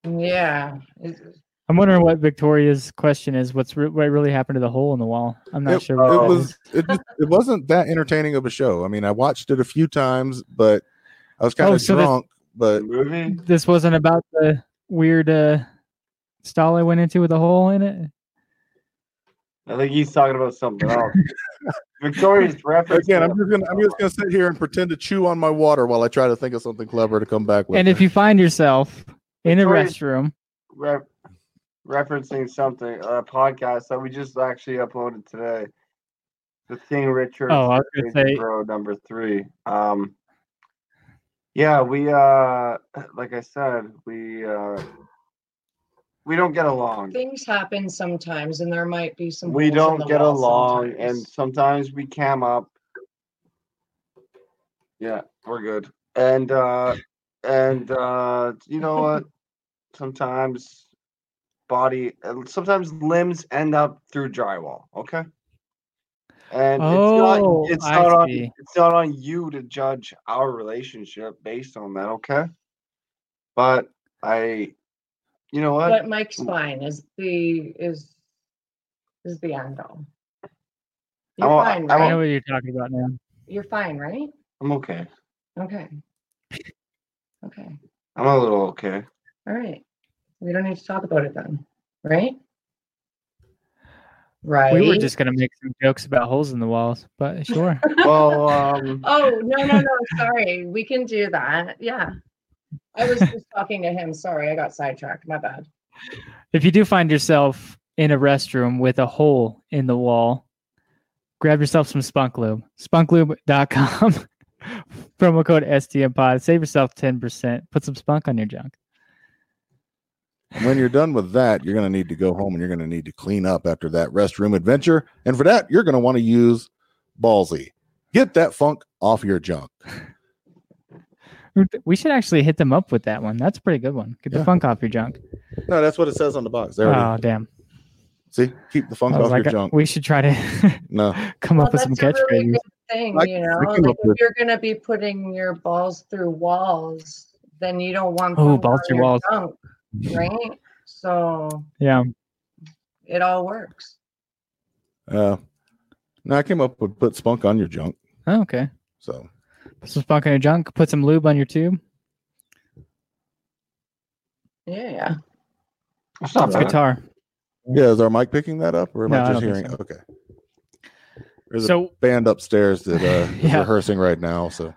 Yeah. It- I'm wondering what Victoria's question is. What's re- what really happened to the hole in the wall? I'm not it, sure. it What that was is. it, just- it wasn't that entertaining of a show. I mean, I watched it a few times, but I was kind Oh, of so this- drunk. The But movie. This wasn't about the weird uh, stall I went into with a hole in it. I think he's talking about something else. Victoria's reference. again, I'm just gonna I'm just gonna sit here and pretend to chew on my water while I try to think of something clever to come back with. And if you find yourself in a Victoria's- restroom, re- referencing something a podcast that we just actually uploaded today. The King Richard oh, I was gonna say row number three. Um, yeah, we uh, like I said, we uh, we don't get along. Things happen sometimes, and there might be some. We holes in don't the get wall along, and sometimes. sometimes we cam up. Yeah, we're good. And uh, and uh, you know what? Sometimes body, uh, sometimes limbs end up through drywall. Okay. And Oh, it's not, it's I not on, see. it's not on you to judge our relationship based on that. Okay. But I, you know what? But Mike's fine is the is is the end all. You're I'm all- fine, I'm I all- right? know what you're talking about now. You're fine, right? I'm okay. Okay. Okay. I'm a little okay. All right. We don't need to talk about it then, right? Right. We were just gonna make some jokes about holes in the walls, but sure. Well, um, Oh no no no! Sorry, we can do that. Yeah, I was just talking to him. Sorry, I got sidetracked. My bad. if you do find yourself in a restroom with a hole in the wall, grab yourself some spunk lube. Spunklube.com. Promo code STMPod. Save yourself 10%. Put some spunk on your junk. And when you're done with that, you're going to need to go home and you're going to need to clean up after that restroom adventure. And for that, you're going to want to use Ballsy. Get that funk off your junk. We should actually hit them up with that one. That's a pretty good one. Get the Yeah. funk off your junk. No, that's what it says on the box. There oh, it damn. is. See, keep the funk I was off like, your junk. we should try to no, come Well, up with some that's a catchphrases. really good thing, Like, you we know. came Like up if with- you're gonna be putting your balls through walls, then you don't want Oh, them balls on through your walls. junk, right? So yeah. it all works. uh, no, I came up with put spunk on your junk. Oh, okay. So Put some spunk on your junk. Put some lube on your tube. Yeah, yeah. it's not It's bad. guitar. yeah, is our mic picking that up, or am No, I I just don't hearing? think Okay. There's a So band upstairs that uh, is Yeah. rehearsing right now. So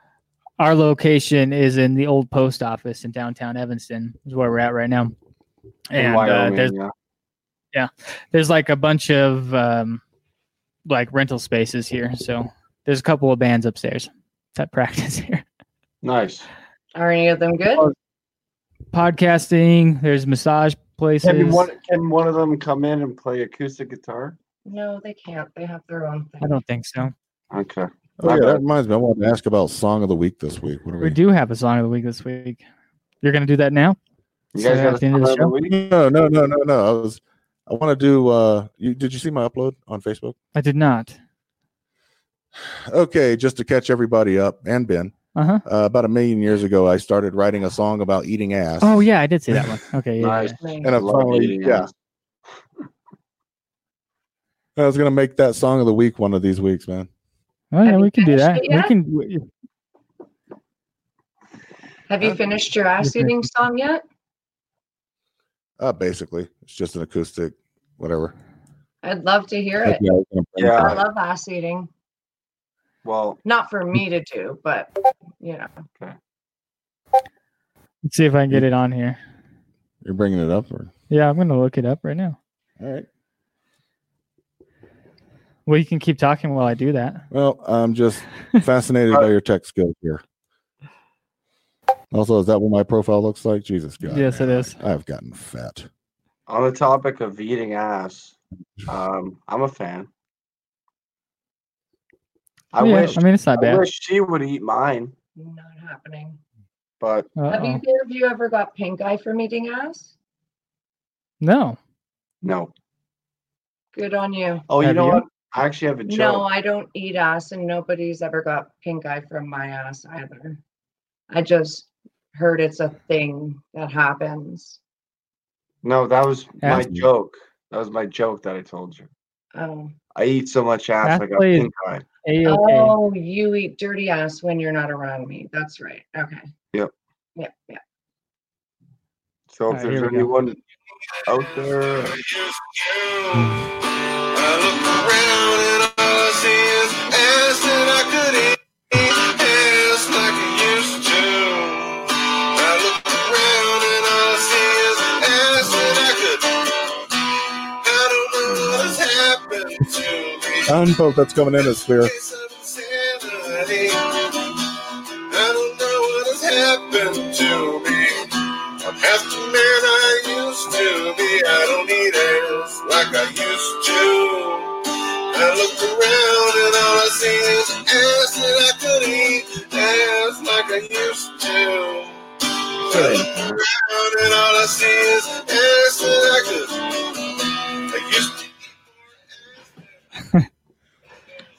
our location is in the old post office in downtown Evanston, is where we're at right now. In And uh, Wyoming, there's yeah. there's like a bunch of um, like rental spaces here, so there's a couple of bands upstairs that practice here. Nice. Are any of them good? Oh, Podcasting, there's massage places. Can one, can one of them come in and play acoustic guitar? No, they can't. They have their own I thing. don't think so. Okay. oh My yeah, that bad. reminds me. I wanted to ask about song of the week this week. What are We we? do have a song of the week this week. You're gonna do that now? You So guys got at the end of the a show? song of the week? No, no, no, no, no. I was. I want to do. uh you, Did you see my upload on Facebook? I did not. Okay, just to catch everybody up and Ben. Uh huh. Uh, about a million years ago, I started writing a song about eating ass. Oh yeah, I did see that one. Okay. Yeah. Nice. and I Love finally, eating yeah, ass. I was gonna make that song of the week one of these weeks, man. Oh yeah, Have you we can do finished that. it yet? We can. Have you finished your ass eating song yet? Uh, basically, it's just an acoustic, whatever. I'd love to hear That's it. what I was gonna bring Yeah. I tonight. love ass eating. Well, Not for me to do, but you know. Let's see if I can get it on here. You're bringing it up, or Yeah, I'm gonna look it up right now. all right? Well, you can keep talking while I do that. Well, I'm just fascinated by your tech skills here. Also, is that what my profile looks like? Jesus God. Yes, it is. I've gotten fat. On the topic of eating ass, um, I'm a fan. I Yeah, wish I mean, it's not I bad. wish she would eat mine, Not happening. but Have Uh-oh. either of you ever got pink eye from eating ass? No. no. Good on you. Oh, you Have know you? what? I actually have a joke. No, I don't eat ass, and nobody's ever got pink eye from my ass either. I just heard it's a thing that happens. No, that was my Ass- joke. That was my joke that I told you. Oh, I eat so much ass, I got Athlete. pink eye. A-okay. oh, you eat dirty ass when you're not around me. That's right. Okay. Yep. Yep. Yep. So if Alright, there's here we go. anyone out there, I look around and all I see is ass that I could eat, ass like I used to. I look around and all I see is ass that I could. I don't know what's happened to me. Unpope that's coming in is clear. It's insanity. I don't know what has happened to me. I'm half the man I used to be. I don't need ass like I used to. I look around and all I see is ass that I could eat, ass like I used to. I look around and all I see is ass that I could. I used to.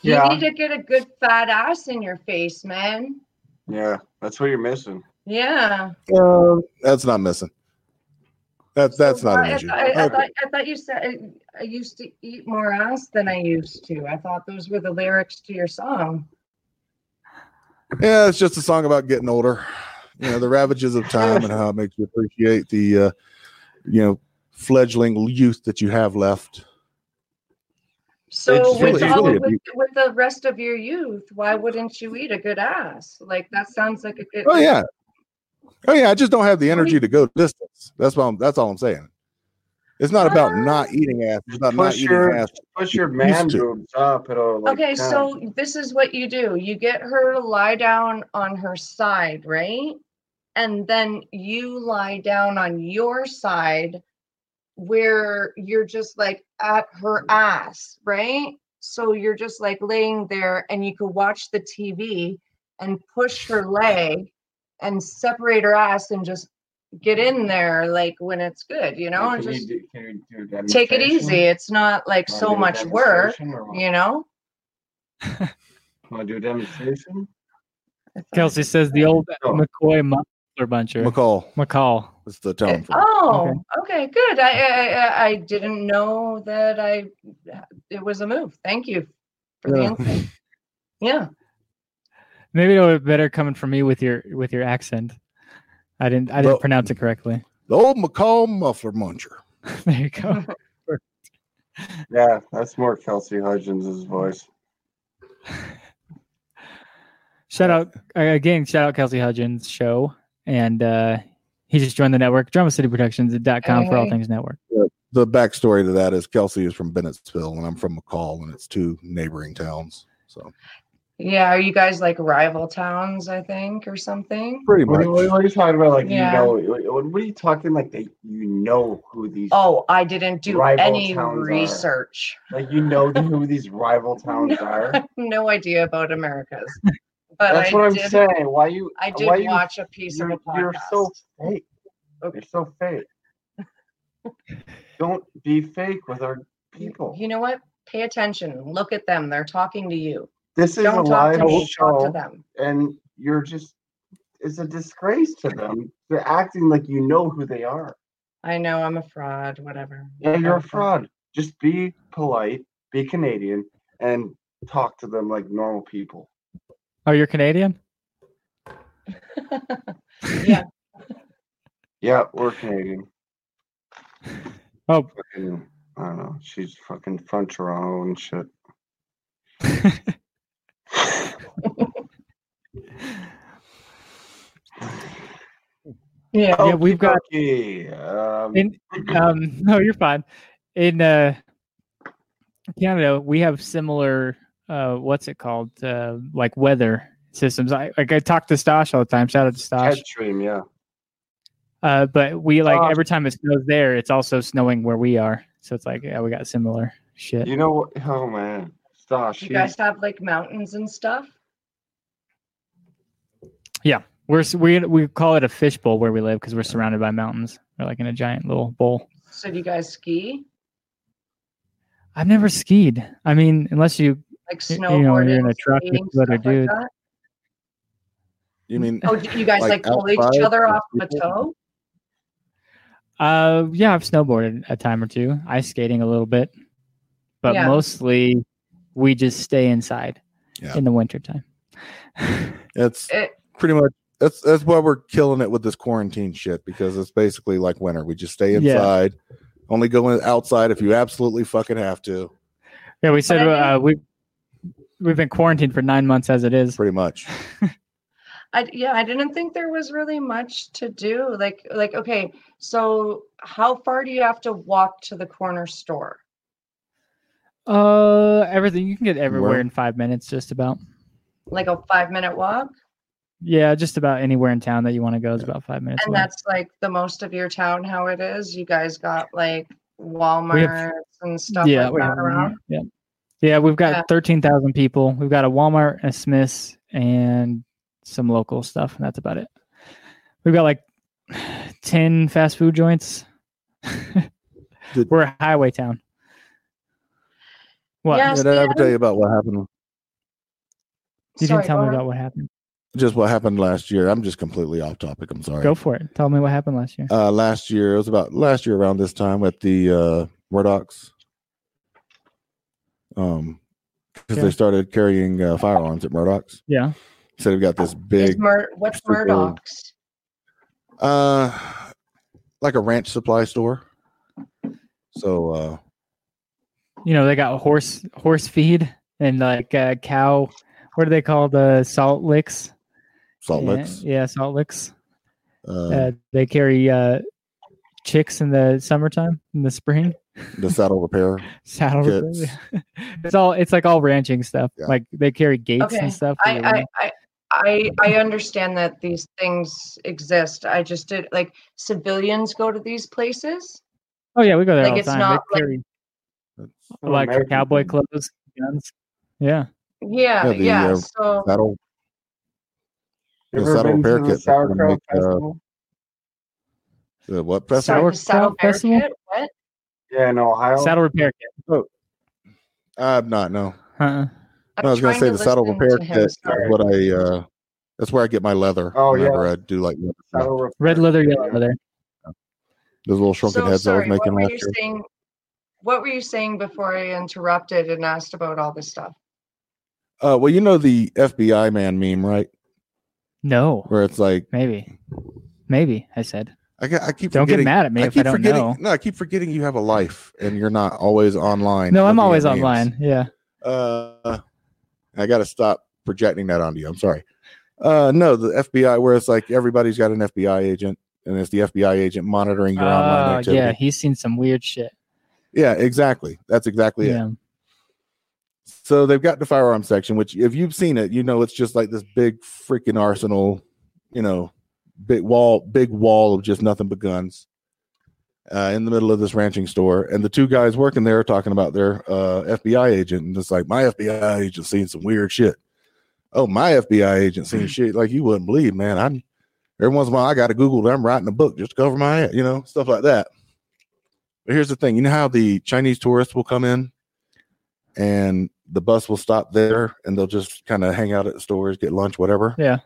Yeah. You need to get a good fat ass in your face, man. yeah, that's what you're missing. Yeah. Uh, that's not missing. That's that's not an I, issue. I, I, Okay. thought, I thought you said I- I used to eat more ass than I used to. I thought those were the lyrics to your song. Yeah, it's just a song about getting older. You know, the ravages of time and how it makes you appreciate the, uh, you know, fledgling youth that you have left. So It's with, really- it's all, really a with, beaut- with the rest of your youth, why wouldn't you eat a good ass? Like that sounds like a good. Oh yeah, oh yeah. I just don't have the energy to go distance. That's what I'm, that's all I'm saying. It's not about not eating ass. It's about not Push eating your- ass. Push your Used man to. boobs up at all. Like Okay, 10. so this is what you do. You get her to lie down on her side, right? And then you lie down on your side where you're just like at her ass, right? So you're just like laying there and you could watch the TV and push her leg and separate her ass and just get in there like when it's good, you know, Like, and can you just do- can you do a take it demonstration? easy. It's not like Wanna so do a much work, demonstration or what? you know? Want to do a demonstration? Kelsey says the old Oh. McCoy muffler buncher. McCall. McCall. That's the town. For Oh, okay, good. I, I I- I didn't know that I it was a move. Thank you for Yeah. the insight. Yeah. Maybe it would have better coming from me with your with your accent. I didn't I didn't Well- pronounce it correctly. the old McCall muffler muncher. There you go. Yeah, that's more Kelsey Hudgens' voice. Shout out uh, again, shout out Kelsey Hudgens show. And uh he just joined the network, dramacityproductions.com for all Hey. things network. The backstory to that is Kelsey is from Bennettsville, and I'm from McCall, and it's two neighboring towns. So Yeah. Are you guys like rival towns, I think, or something? pretty What, much. are- what are you talking about? Like Yeah. you know, what, what are you talking like? They, you know who these Oh, I didn't do Rival any towns are- research. like you know the- who these rival towns are. No idea about Americas. But That's I what I'm did saying. Why you? I why did you, watch a piece of You're, a you're podcast. so fake. Okay. You're so fake. Don't be fake with our people. You know what? Pay attention. Look at them. They're talking to you. This is a Don't talk live to me, talk to show, them. and you're just—it's a disgrace to them. They're acting like you know who they are. I know I'm a fraud, whatever. Yeah, you're a Okay. fraud. Just be polite, be Canadian, and talk to them like normal people. Oh, you're Canadian? Yeah, we're Canadian. Oh, Fucking, I don't know. She's fucking from Toronto and shit. Yeah. Yeah, we've got- Okey-dokey, Um, in um no you're fine in uh canada we have similar uh what's it called uh like weather systems. I like I talk to Stosh all the time. Shout out to Stosh. Cat stream, yeah. Uh, but we like Stosh. every time it snows there, it's also snowing where we are. So it's like yeah, we got similar shit. You know what? Oh man, Stosh. You he- guys have like mountains and stuff. We're s- we we call it a fishbowl where we live because we're surrounded by mountains. We're like in a giant little bowl. So do you guys ski? I've never skied. I mean, unless you Like Y- you know, when snowboarding, you're in a truck with skating, two other stuff like dudes. that? You mean Oh, do you guys Like like, pull each outside other with off the people? toe? Uh, yeah, I've snowboarded a time or two, ice skating a little bit, but Yeah. mostly we just stay inside Yeah. in the wintertime. it's It- pretty much that's that's why we're killing it with this quarantine shit because it's basically like winter. We just stay Yeah. inside, only go in, outside if you absolutely fucking have to. Yeah, we said But I uh, we we've been quarantined for nine months as it is. Pretty much. I d- yeah, I didn't think there was really much to do. Like like okay, so how far do you have to walk to the corner store? Uh, everything you can get everywhere Where? in five minutes, just about. Like a five minute walk, Yeah, just about anywhere in town that you want to go is about five minutes. and away. that's like the most of your town. How it is? You guys got like Walmart and stuff yeah, like we have that around. Walmart, yeah, yeah. We've got Yeah. thirteen thousand people. We've got a Walmart, a Smiths, and some local stuff, and that's about it. We've got like ten fast food joints. Did- We're a highway town. What? Yeah, Did I ever tell you about what happened? You Sorry, didn't tell go me ahead. about what happened. Just what happened last year. I'm just completely off topic. I'm sorry. Go for it. Tell me what happened last year. uh, last year. It was about last year around this time at the uh, Murdochs. Um, because Yeah. they started carrying uh, firearms at Murdochs. yeah. So they've got this Is big, Mur- what's super big. Murdoch's? uh, like a ranch supply store. So uh, You know they got horse horse feed and like uh, cow. What are they called? Uh, salt licks. Salt Yeah, Licks. Yeah, salt licks. Uh, uh, they carry uh, chicks in the summertime in the spring the saddle repair. saddle Kids. it's all it's like all ranching stuff Yeah. like they carry gates Okay, and stuff for I, the I, women. I, I, I understand that these things exist. I just did like civilians go to these places. oh yeah we go there Like, all the it's time not they like- carry Oh, like American cowboy thing. clothes guns yeah Yeah, Yeah, the, yeah. uh, so Saddle. You The ever saddle been repair to kit the that's gonna sauerkraut make, uh, festival? The what? sorry, Festival? Sour the saddle Crow Festival? Bear Kid? What? Yeah, in Ohio. saddle repair kit I'm not. No. uh-uh. I'm No, I was gonna trying say to the saddle listen repair to kit him, is sorry. what I. Uh, that's where I get my leather. Oh, whenever I do like leather stuff. Saddle repair. red leather Yeah. yellow leather those little shrunken So heads sorry, I was what making were last you year. saying? What were you saying before I interrupted and asked about all this stuff? Uh, well, you know the FBI man meme, right? no Where it's like, maybe maybe i said I, ca- I keep don't get forgetting- mad at me I if i keep don't forgetting. know No, I keep forgetting you have a life and you're not always online. no i'm looking at always memes. online yeah Uh, I got to stop projecting that onto you. I'm sorry. Uh, no, the FBI, where it's like everybody's got an FBI agent, and it's the FBI agent monitoring your online oh, yeah activity. he's seen some weird shit Yeah. exactly. That's exactly it. yeah So they've got the firearm section, which if you've seen it, you know it's just like this big freaking arsenal, you know, big wall, big wall of just nothing but guns. Uh, in the middle of this ranching store, and the two guys working there are talking about their uh, FBI agent, and it's like my FBI agent seen some weird shit. Oh, my FBI agent seen shit like you wouldn't believe, man. I'm every once in a while I got to Google that I'm writing a book just to cover my, head, you know, stuff like that. But here's the thing: you know how the Chinese tourists will come in and the bus will stop there and they'll just kind of hang out at stores, get lunch, whatever. Yeah.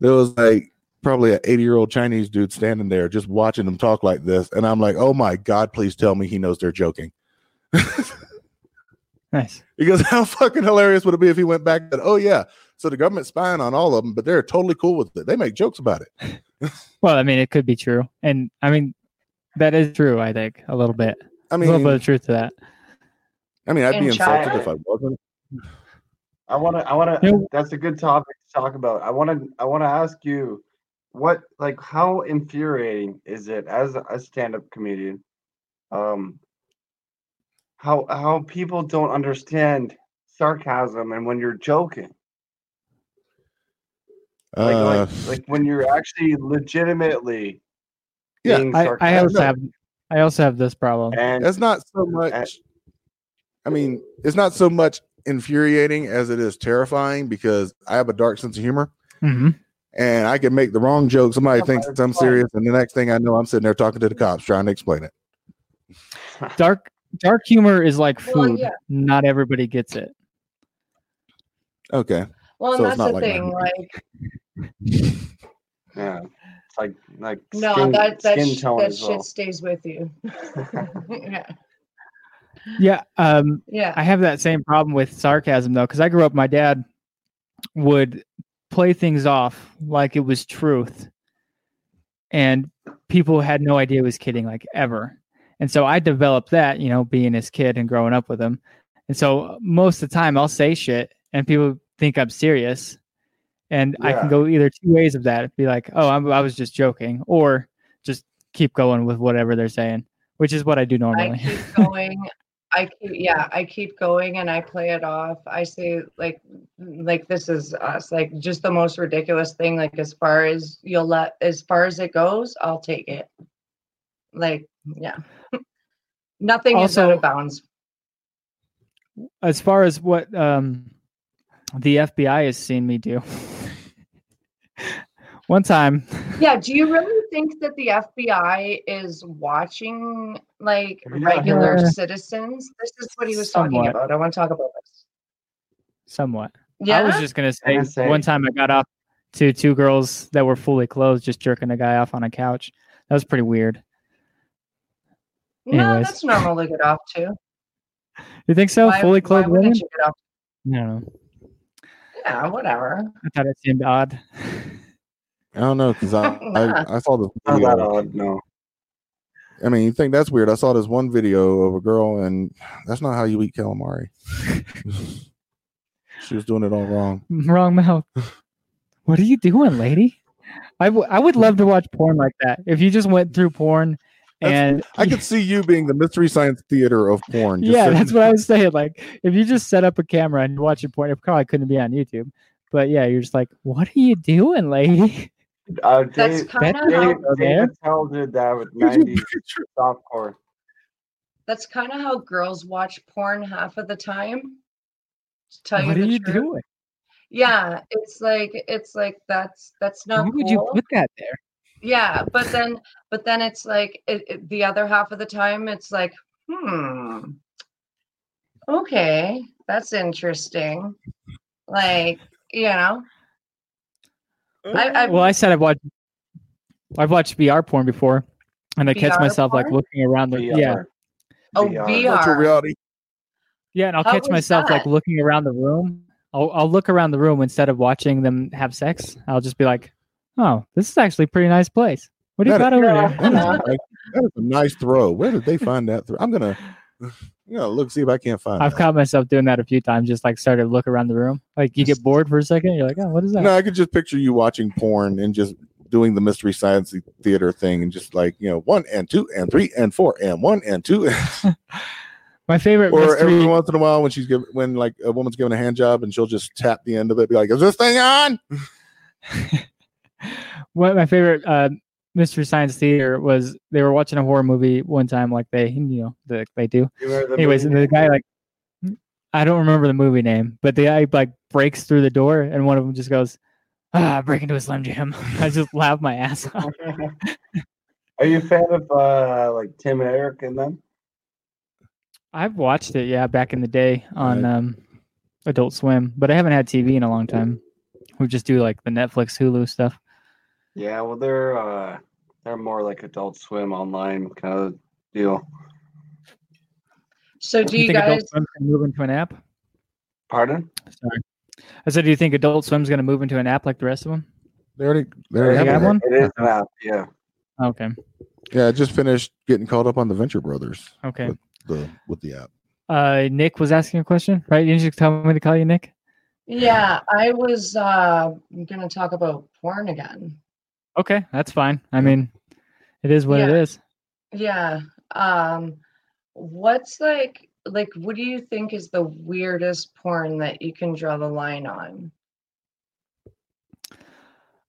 There was like probably an 80 year old Chinese dude standing there just watching them talk like this. And I'm like, oh my God, please tell me he knows they're joking. nice Because how fucking hilarious would it be if he went back and, oh yeah, so the government's spying on all of them, but they're totally cool with it. They make jokes about it. well i mean it could be true and i mean that is true i think a little bit I a little bit mean, of truth to that. I mean, I'd be In insulted China. if I wasn't. I want to. I want Yeah. to. That's a good topic to talk about. I want to. I want to ask you, what like how infuriating is it as a stand-up comedian? Um, how how people don't understand sarcasm and when you're joking. Like, Uh, like, like when you're actually legitimately Yeah, being I, I sarcastic. also have I also have this problem. and that's not so much. I mean, it's not so much infuriating as it is terrifying because I have a dark sense of humor. hmm and I can make the wrong joke. Somebody Oh, thinks that's I'm fine. serious, and the next thing I know, I'm sitting there talking to the cops trying to explain it. Dark dark humor is like food. Well, yeah. Not everybody gets it. Okay, Well, So and it's that's not the like thing. that. Like, yeah, it's like like no, skin, that that, skin sh- tone that as shit well. stays with you. yeah, Yeah. Um, yeah. I have that same problem with sarcasm though, because I grew up, my dad would play things off like it was truth, and people had no idea he was kidding, like ever. And so I developed that, you know, being his kid and growing up with him. And so uh, most of the time, I'll say shit, and people think I'm serious, and I Yeah. can go either two ways of that: be like, "Oh, I'm, I was just joking," or just keep going with whatever they're saying, which is what I do I normally. keep going. I keep yeah, I keep going and I play it off. I say like like this is us, like just the most ridiculous thing. Like as far as you'll let as far as it goes, I'll take it. Like, yeah. Nothing is out Also- of bounds. as far as what um, the FBI has seen me do. One time, Yeah. Do you really think that the FBI is watching like Yeah. regular Yeah. citizens? This is what he was Somewhat. talking about. I want to talk about this. somewhat. Yeah. I was just gonna say, gonna say- one time I got up to two girls that were fully clothed, just jerking a guy off on a couch. That was pretty weird. no, anyways. that's normal to get off to. You think so? Why- fully why clothed wouldn't women? you get off? I don't know. Yeah, whatever. I thought it seemed odd. I don't know because I, Nah. I I saw this Not video. that odd, no. I mean, you think that's weird? I saw this one video of a girl, and that's not how you eat calamari. she was doing it all wrong. Wrong mouth. What are you doing, lady? I, w- I would love to watch porn like that. If you just went through porn That's- and I could see you being the mystery science theater of porn. just yeah, sitting- that's what I was saying. Like, if you just set up a camera and watch a porn, it probably couldn't be on YouTube. But yeah, you're just like, what are you doing, lady? Uh, That's Dave, kind of that's- how Dave, kinda- Dave Attell did that with 90s softcore. that's kind of how girls watch porn half of the time. To tell What are you the you truth. doing? Yeah, it's like it's like that's that's not Why cool. would you put that there? yeah, but then but then it's like it, it- the other half of the time it's like hmm, okay, that's interesting. Like you know, I, I well, I said I've watched, I've watched VR porn before, and I catch VR myself like porn? looking around the VR. yeah oh VR. virtual VR. reality. yeah, and I'll How catch was myself like that? looking around the room. I'll I'll look around the room instead of watching them have sex. I'll just be like, oh, this is actually a pretty nice place. What do you That- got over Yeah. there? That is, a nice, that is a nice throw. Where did they find that? Throw? I'm gonna, you know, look see if I can't find. I've that. caught myself doing that a few times, just like started to look around the room. Like you get bored for a second, you're like, oh, what is that? No, I could just picture you watching porn and just doing the mystery science theater thing and just like, you know, one and two and three and four and one and two. My favorite or mystery. every once in a while when she's given, when like a woman's giving a hand job and she'll just tap the end of it, be like, is this thing on? One of my favorite uh, mystery science theater was they were watching a horror movie one time, like they you know the, they do. You remember the Anyways, and movie? the guy like I don't remember the movie name, but the guy like breaks through the door, and one of them just goes, "Ah, break into a slim jam." I just laugh my ass off. Are you a fan of uh, like Tim and Eric and them? I've watched it, yeah, back in the day on Right. um, Adult Swim, but I haven't had TV in a long time. We just do like the Netflix, Hulu stuff. Yeah, well, they're uh, they're more like Adult Swim online kind of deal. So do you, think guys? Adult Swim's gonna move into an app? Pardon? Sorry, I said, do you think Adult Swim's gonna move into an app like the rest of them? They already, they They already have got it. one? It is an app, yeah. Okay, Yeah, I just finished getting caught up on the Venture Brothers okay. the, with the app. Uh, Nick was asking a question, right? Didn't you tell me to call you Nick? Yeah, I was uh, gonna talk about porn again. Okay, that's fine. I mean, it is what it Yeah. is. Yeah. Um, what's like like what do you think is the weirdest porn that you can draw the line on?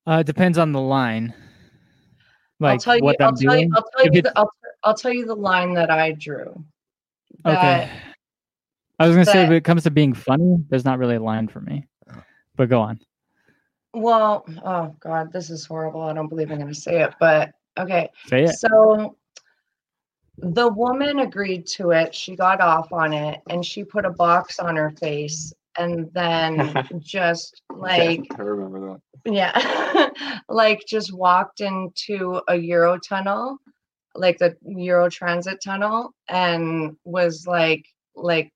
Uh, it depends on the line. I'll Like tell you. what I'll I'm tell doing. you. I'll tell If you. it- The, I'll, I'll tell you the line that I drew. That- okay. I was gonna say that- Oh. when it comes to being funny, there's not really a line for me. But go on. Well, oh god, this is horrible. I don't believe I'm going to say it, but okay. Say it. So the woman agreed to it. She got off on it and she put a box on her face and then just like I remember that. yeah, like just walked into a Euro tunnel, like the Euro transit tunnel, and was like, like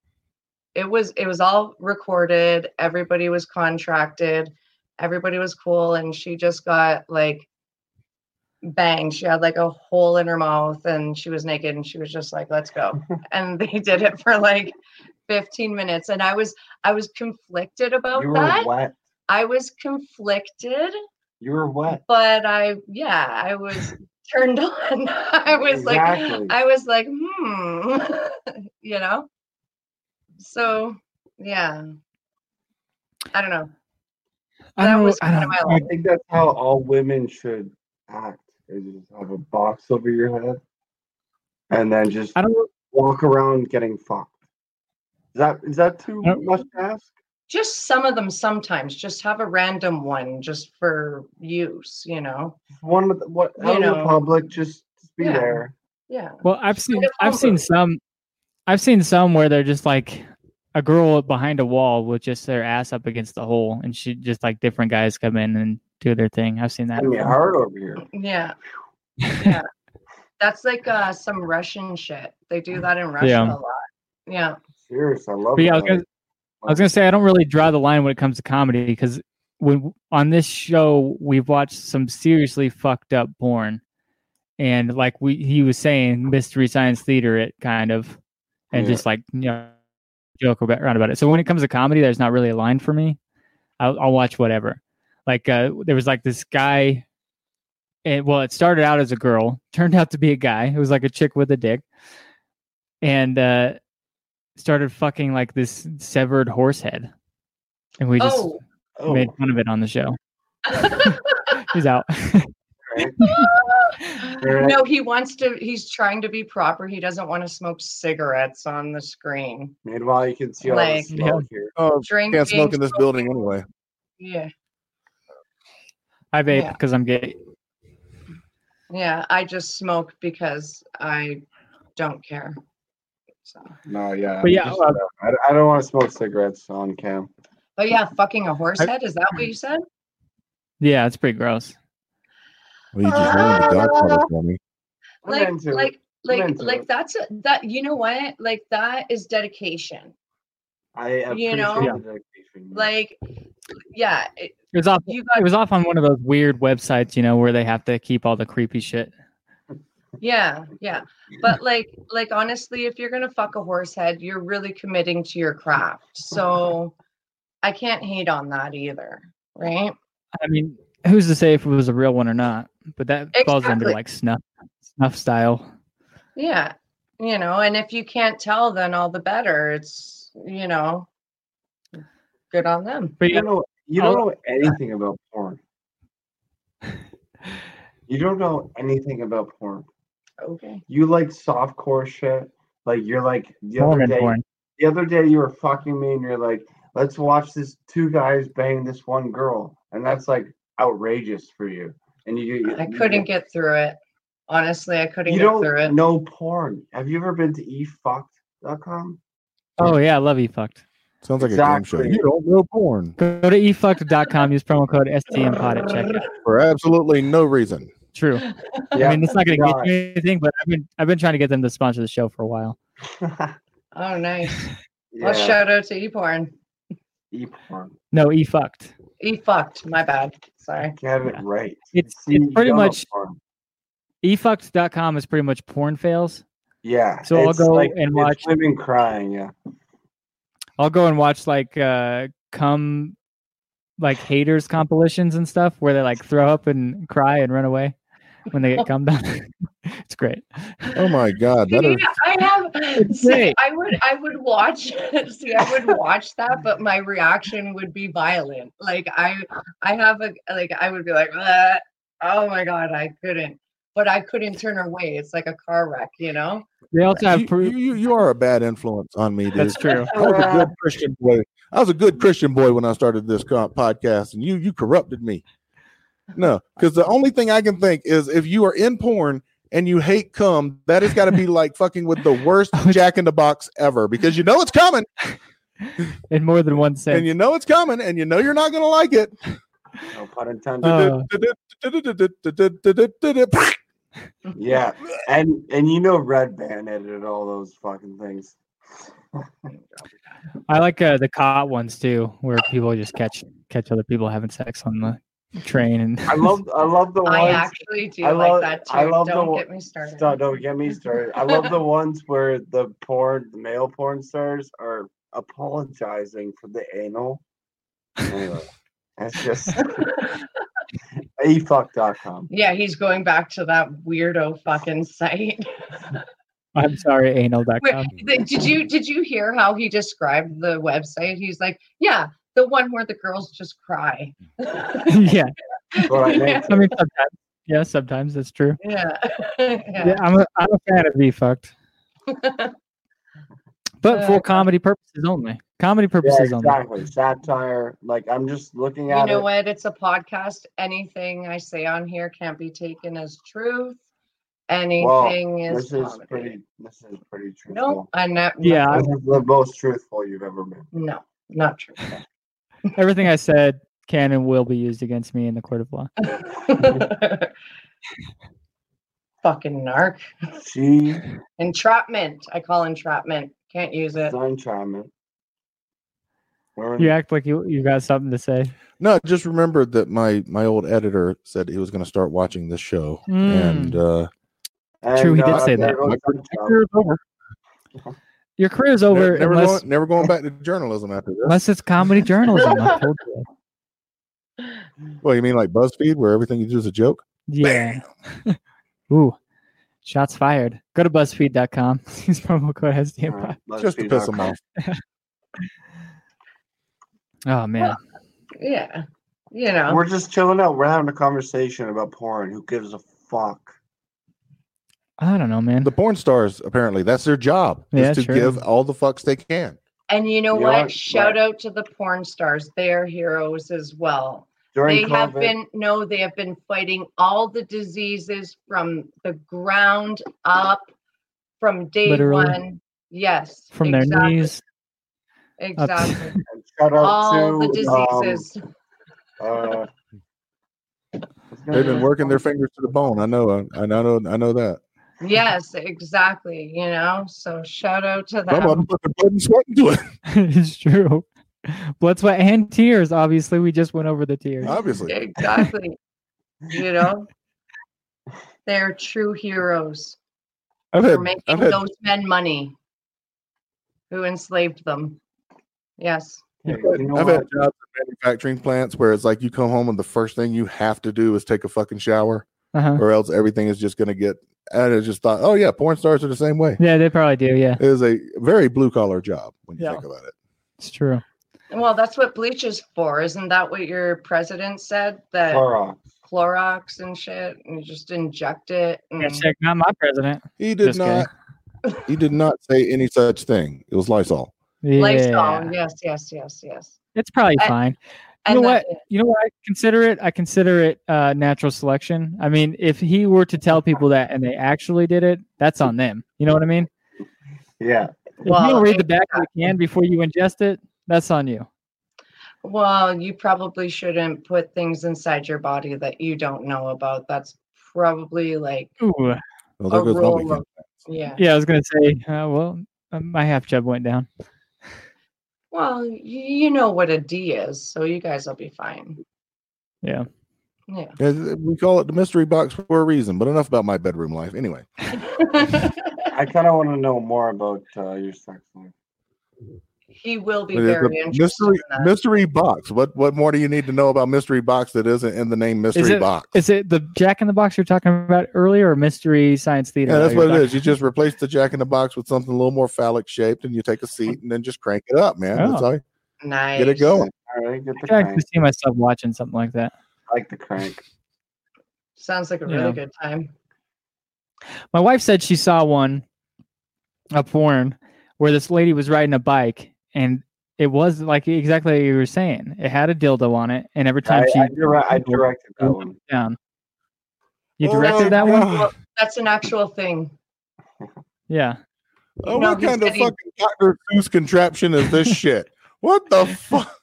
it was, it was all recorded. Everybody was contracted. Everybody was cool. And she just got like banged. She had like a hole in her mouth and she was naked and she was just like, let's go. and they did it for like 15 minutes. And I was, I was conflicted about You that. were wet. I was conflicted, You were wet. but I yeah, I was turned on. I was Exactly. like I was like, hmm, you know? So yeah. I don't know. I that don't know- was I kind don't of my know. I think that's how all women should act: is just have a box over your head, and then just I don't. walk around getting fucked. Is that is that too Nope. much to ask? Just some of them sometimes just have a random one just for use, you know. One of the, what You out in the know. public, just, just be Yeah. there. Yeah. Well, I've seen a I've seen photo. some I've seen some where they're just like a girl behind a wall with just their ass up against the hole, and she just like different guys come in and do their thing. I've seen that. Having it before. hard over here. Yeah. Yeah. That's like uh some Russian shit. They do that in Russia Yeah. a lot. Yeah. Serious, I love But yeah, I was that. gonna, I was gonna say I don't really draw the line when it comes to comedy because when on this show we've watched some seriously fucked up porn, and like we he was saying, mystery science theater it kind of, and Yeah. just like you know joke about, around about it. So when it comes to comedy, there's not really a line for me. I'll, I'll watch whatever. Like uh, there was like this guy. And, well, it started out as a girl, turned out to be a guy. It was like a chick with a dick, and uh, started fucking like this severed horse head, and we just oh, Oh, made fun of it on the show. He's out. Right. No, he wants to. He's trying to be proper. He doesn't want to smoke cigarettes on the screen. meanwhile, you can see all Like- the smoke here. Oh, Drinking. can't smoke in this building anyway. Yeah, I vape Yeah. because I'm gay. yeah. I just smoke because I don't care. So, No, yeah, But yeah, just- uh, I, I don't want to smoke cigarettes on cam. but yeah, fucking a horse I- head. Is that what you said? Yeah, it's pretty gross. Well, you just ruined the Godfather for me. I'm like, into it. like, like, into like. it. That's a, that. You know what? Like that is dedication. I you appreciate know, the dedication. Like, yeah. It, It was off. you got. It was off on one of those weird websites, you know, where they have to keep all the creepy shit. Yeah, yeah. But like, like honestly, if you're gonna fuck a horse head, you're really committing to your craft. So, I can't hate on that either, right? I mean, who's to say if it was a real one or not? But that falls under Exactly. like snuff, snuff style. Yeah, you know, and if you can't tell, then all the better. It's, you know, good on them. But you yeah, don't know, you don't know anything about porn. You don't know anything about porn. Okay. You like softcore shit. Like you're like the other Mormon day. porn. The other day you were fucking me, and you're like, "Let's watch this two guys bang this one girl," and that's like outrageous for you. And you, you I couldn't get through it. Honestly, I couldn't You get through it. don't know porn. Have you ever been to e efucked.com? Oh yeah, I love efucked. Sounds like a game Exactly. show. You don't know porn Go to efucked.com. Use promo code STMPod at checkout. for absolutely no reason. True. I mean, it's not going to God. get you anything, but I've been I've been trying to get them to sponsor the show for a while. Oh, nice. Well, yeah, e shout out to ePorn. e-porn. No, efucked. E fucked. My bad. Sorry. Get it right. It's See, it's you pretty don't know much porn. efucked.com is pretty much porn fails. Yeah. So I'll it's go like- and it's watch- women crying. Yeah. I'll go and watch like uh come like haters compilations and stuff where they like throw up and cry and run away when they get cummed on. It's great. Oh my God, that Yeah, is I have. It's see, great. I would, I would watch. See, I would watch that, but my reaction would be violent. Like I, I have a, like I would be like, "Ugh, oh my god, I couldn't, but I couldn't turn away. It's like a car wreck, you know. They also have you, proof. you, you are a bad influence on me, dude. That's true. I was a good Christian boy. I was a good Christian boy when I started this co- podcast, and you you corrupted me. No, because the only thing I can think is if you are in porn and you hate cum, that has got to be like fucking with the worst Jack in the Box ever, because you know it's coming, In more than one sense. and you know it's coming, and you know you're not gonna like it. No pun intended. Uh. yeah, and and you know Red Band edited all those fucking things. I like uh, the caught ones too, where people just catch catch other people having sex on the train and I love I love the I ones. actually do I love- like that too. I love the Don't wa- get me started. Stop, don't get me started. I love the ones where the porn, the male porn stars are apologizing for the anal. Anyway, that's just afuck.com. Yeah, he's going back to that weirdo fucking site. I'm sorry, anal.com. Wait, the- did you did you hear how he described the website? He's like, yeah, the one where the girls just cry. yeah. Well, I yeah. meant I mean sometimes. Yeah, sometimes that's true. Yeah. Yeah, I'm a, I'm a fan of be fucked. but Uh, for comedy purposes only. Comedy Yeah, purposes only. exactly. Satire. Like I'm just looking You at know it. what? It's a podcast. Anything I say on here can't be taken as truth. Anything is, This is comedy. pretty. This is pretty truthful. No, I'm not. Yeah, This is the most truthful you've ever been. No, not true. Everything I said can and will be used against me in the court of law. Fucking narc. She Entrapment. I call entrapment. Can't use it. sun chiming. We're You act like you you got something to say. No, I just remembered that my my old editor said he was going to start watching this show, Mm. and uh, True, he did uh, say that. Your career's over never unless going, never going back to journalism after this. unless it's comedy journalism. I told you. Well, you mean like BuzzFeed, where everything you do is a joke? Yeah. Ooh. Shots fired. Go to BuzzFeed.com. Use promo code SDM. Just to piss them off. Oh man. Yeah. You know. We're just chilling out. We're having a conversation about porn. Who gives a fuck? I don't know, man. The porn stars apparently that's their job is Yeah, to true. give all the fucks they can. And you know You what? are Shout right. out to the porn stars. They are heroes as well. During they COVID, have been no, they have been fighting all the diseases from the ground up from day Literally. one. Yes. From their exactly, knees. up to- Exactly. and shout Oh, out all to the um, diseases. uh, They've been working their fingers to the bone. I know. I, I know. I know that. yes, exactly. You know, so shout out to Some of them. um, them put their blood and sweat into it. it's true. Blood, sweat, and tears. Obviously, we just went over the tears. Obviously, Exactly. you know, they're true heroes. I've had. for I've making had. those men money who enslaved them. Yes. Hey, I've you know had what? jobs at manufacturing plants where it's like you come home and the first thing you have to do is take a fucking shower, Uh-huh. or else everything is just gonna get. And I just thought, oh yeah, porn stars are the same way. Yeah, they probably do. Yeah, It is a very blue collar job when you Yeah. think about it. it's true. Well, that's what bleach is for. Isn't that what your president said? That Clorox. Clorox and shit, and you just inject it. And Hashtag not my president. He did Just not. He did not say any such thing. It was Lysol. Yeah, Lysol. Yes, yes, yes, yes. it's probably I- fine. You And know that- what? You know what? I consider it. I consider it uh, natural selection. I mean, if he were to tell people that and they actually did it, that's on them. You know what I mean? Yeah. If you Well, don't read the back of the can before you ingest it, that's on you. well, you probably shouldn't put things inside your body that you don't know about. That's probably like, Ooh. Well, there A goes my roll weekend. yeah. Yeah, I was gonna say. Uh, well, uh, my half chub went down. Well, y- you know what a D is, so you guys will be fine. Yeah. Yeah. Yeah, th- we call it the mystery box for a reason. But enough about my bedroom life. Anyway, I kind of want to know more about uh, your sex life. he will be But it's very a interested mystery in that. mystery box. What what more do you need to know about mystery box that isn't in the name mystery it- box? Is it the Jack in the Box you're talking about earlier, or Mystery Science Theater? Yeah, that's you're what it talking- is. You just replace the jack in the box with something a little more phallic shaped, and you take a seat and then just crank it up, man. That's Oh. all you- nice. get it going. All right, get the I crank. can see myself watching something like that. I like the crank. Sounds like a Yeah. really good time. My wife said she saw one, a porn, where this lady was riding a bike, and it was like exactly what you were saying. It had a dildo on it, and every time I, she I, direct, I directed that one. down, you Oh, directed that one. God. That's an actual thing. Yeah, Oh, No, what he kind said of he- fucking Dr. Seuss contraption is this shit? What the fuck?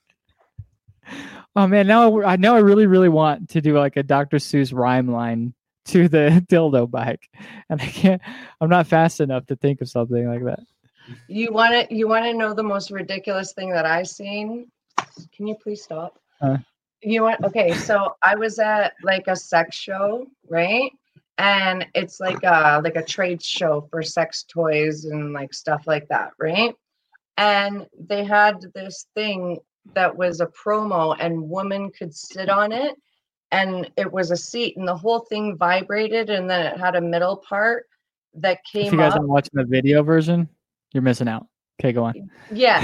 Oh man, now I, w- I now I really really want to do like a Dr. Seuss rhyme line to the dildo bike, and I can't. I'm not fast enough to think of something like that. You want to you want to know the most ridiculous thing that I've seen? Can you please stop? Huh? You want okay? So I was at like a sex show, right? And it's like a like a trade show for sex toys and like stuff like that, right? And they had this thing that was a promo, and women could sit on it, and it was a seat, and the whole thing vibrated, and then it had a middle part that If came you guys up. aren't watching the video version, you're missing out. Okay, go on. Yeah.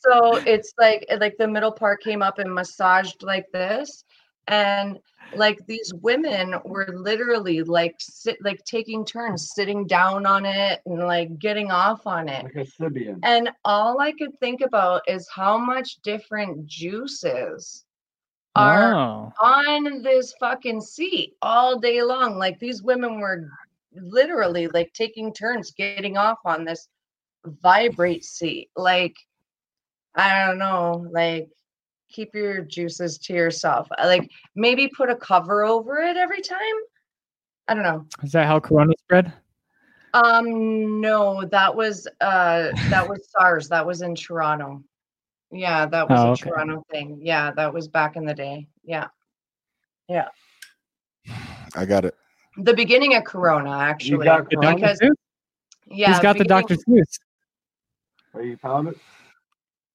So it's like it- like the middle part came up and massaged like this. And like these women were literally like sit like taking turns sitting down on it and like getting off on it. Like a Sibian. And all I could think about is how much different juices are Oh, on this fucking seat all day long. Like these women were literally like taking turns getting off on this vibrate seat. Like, I don't know, like keep your juices to yourself. Uh, Like maybe put a cover over it every time. I don't know. is that how Corona spread? Um no, that was uh that was SARS. That was in Toronto. Yeah, that was Oh, a okay. Toronto thing. Yeah, that was back in the day. Yeah. I got it. the beginning of Corona, actually. got The Corona? Dr. Because- Seuss. yeah, He's got the beginning- Dr. Seuss. Are Oh, you pound it?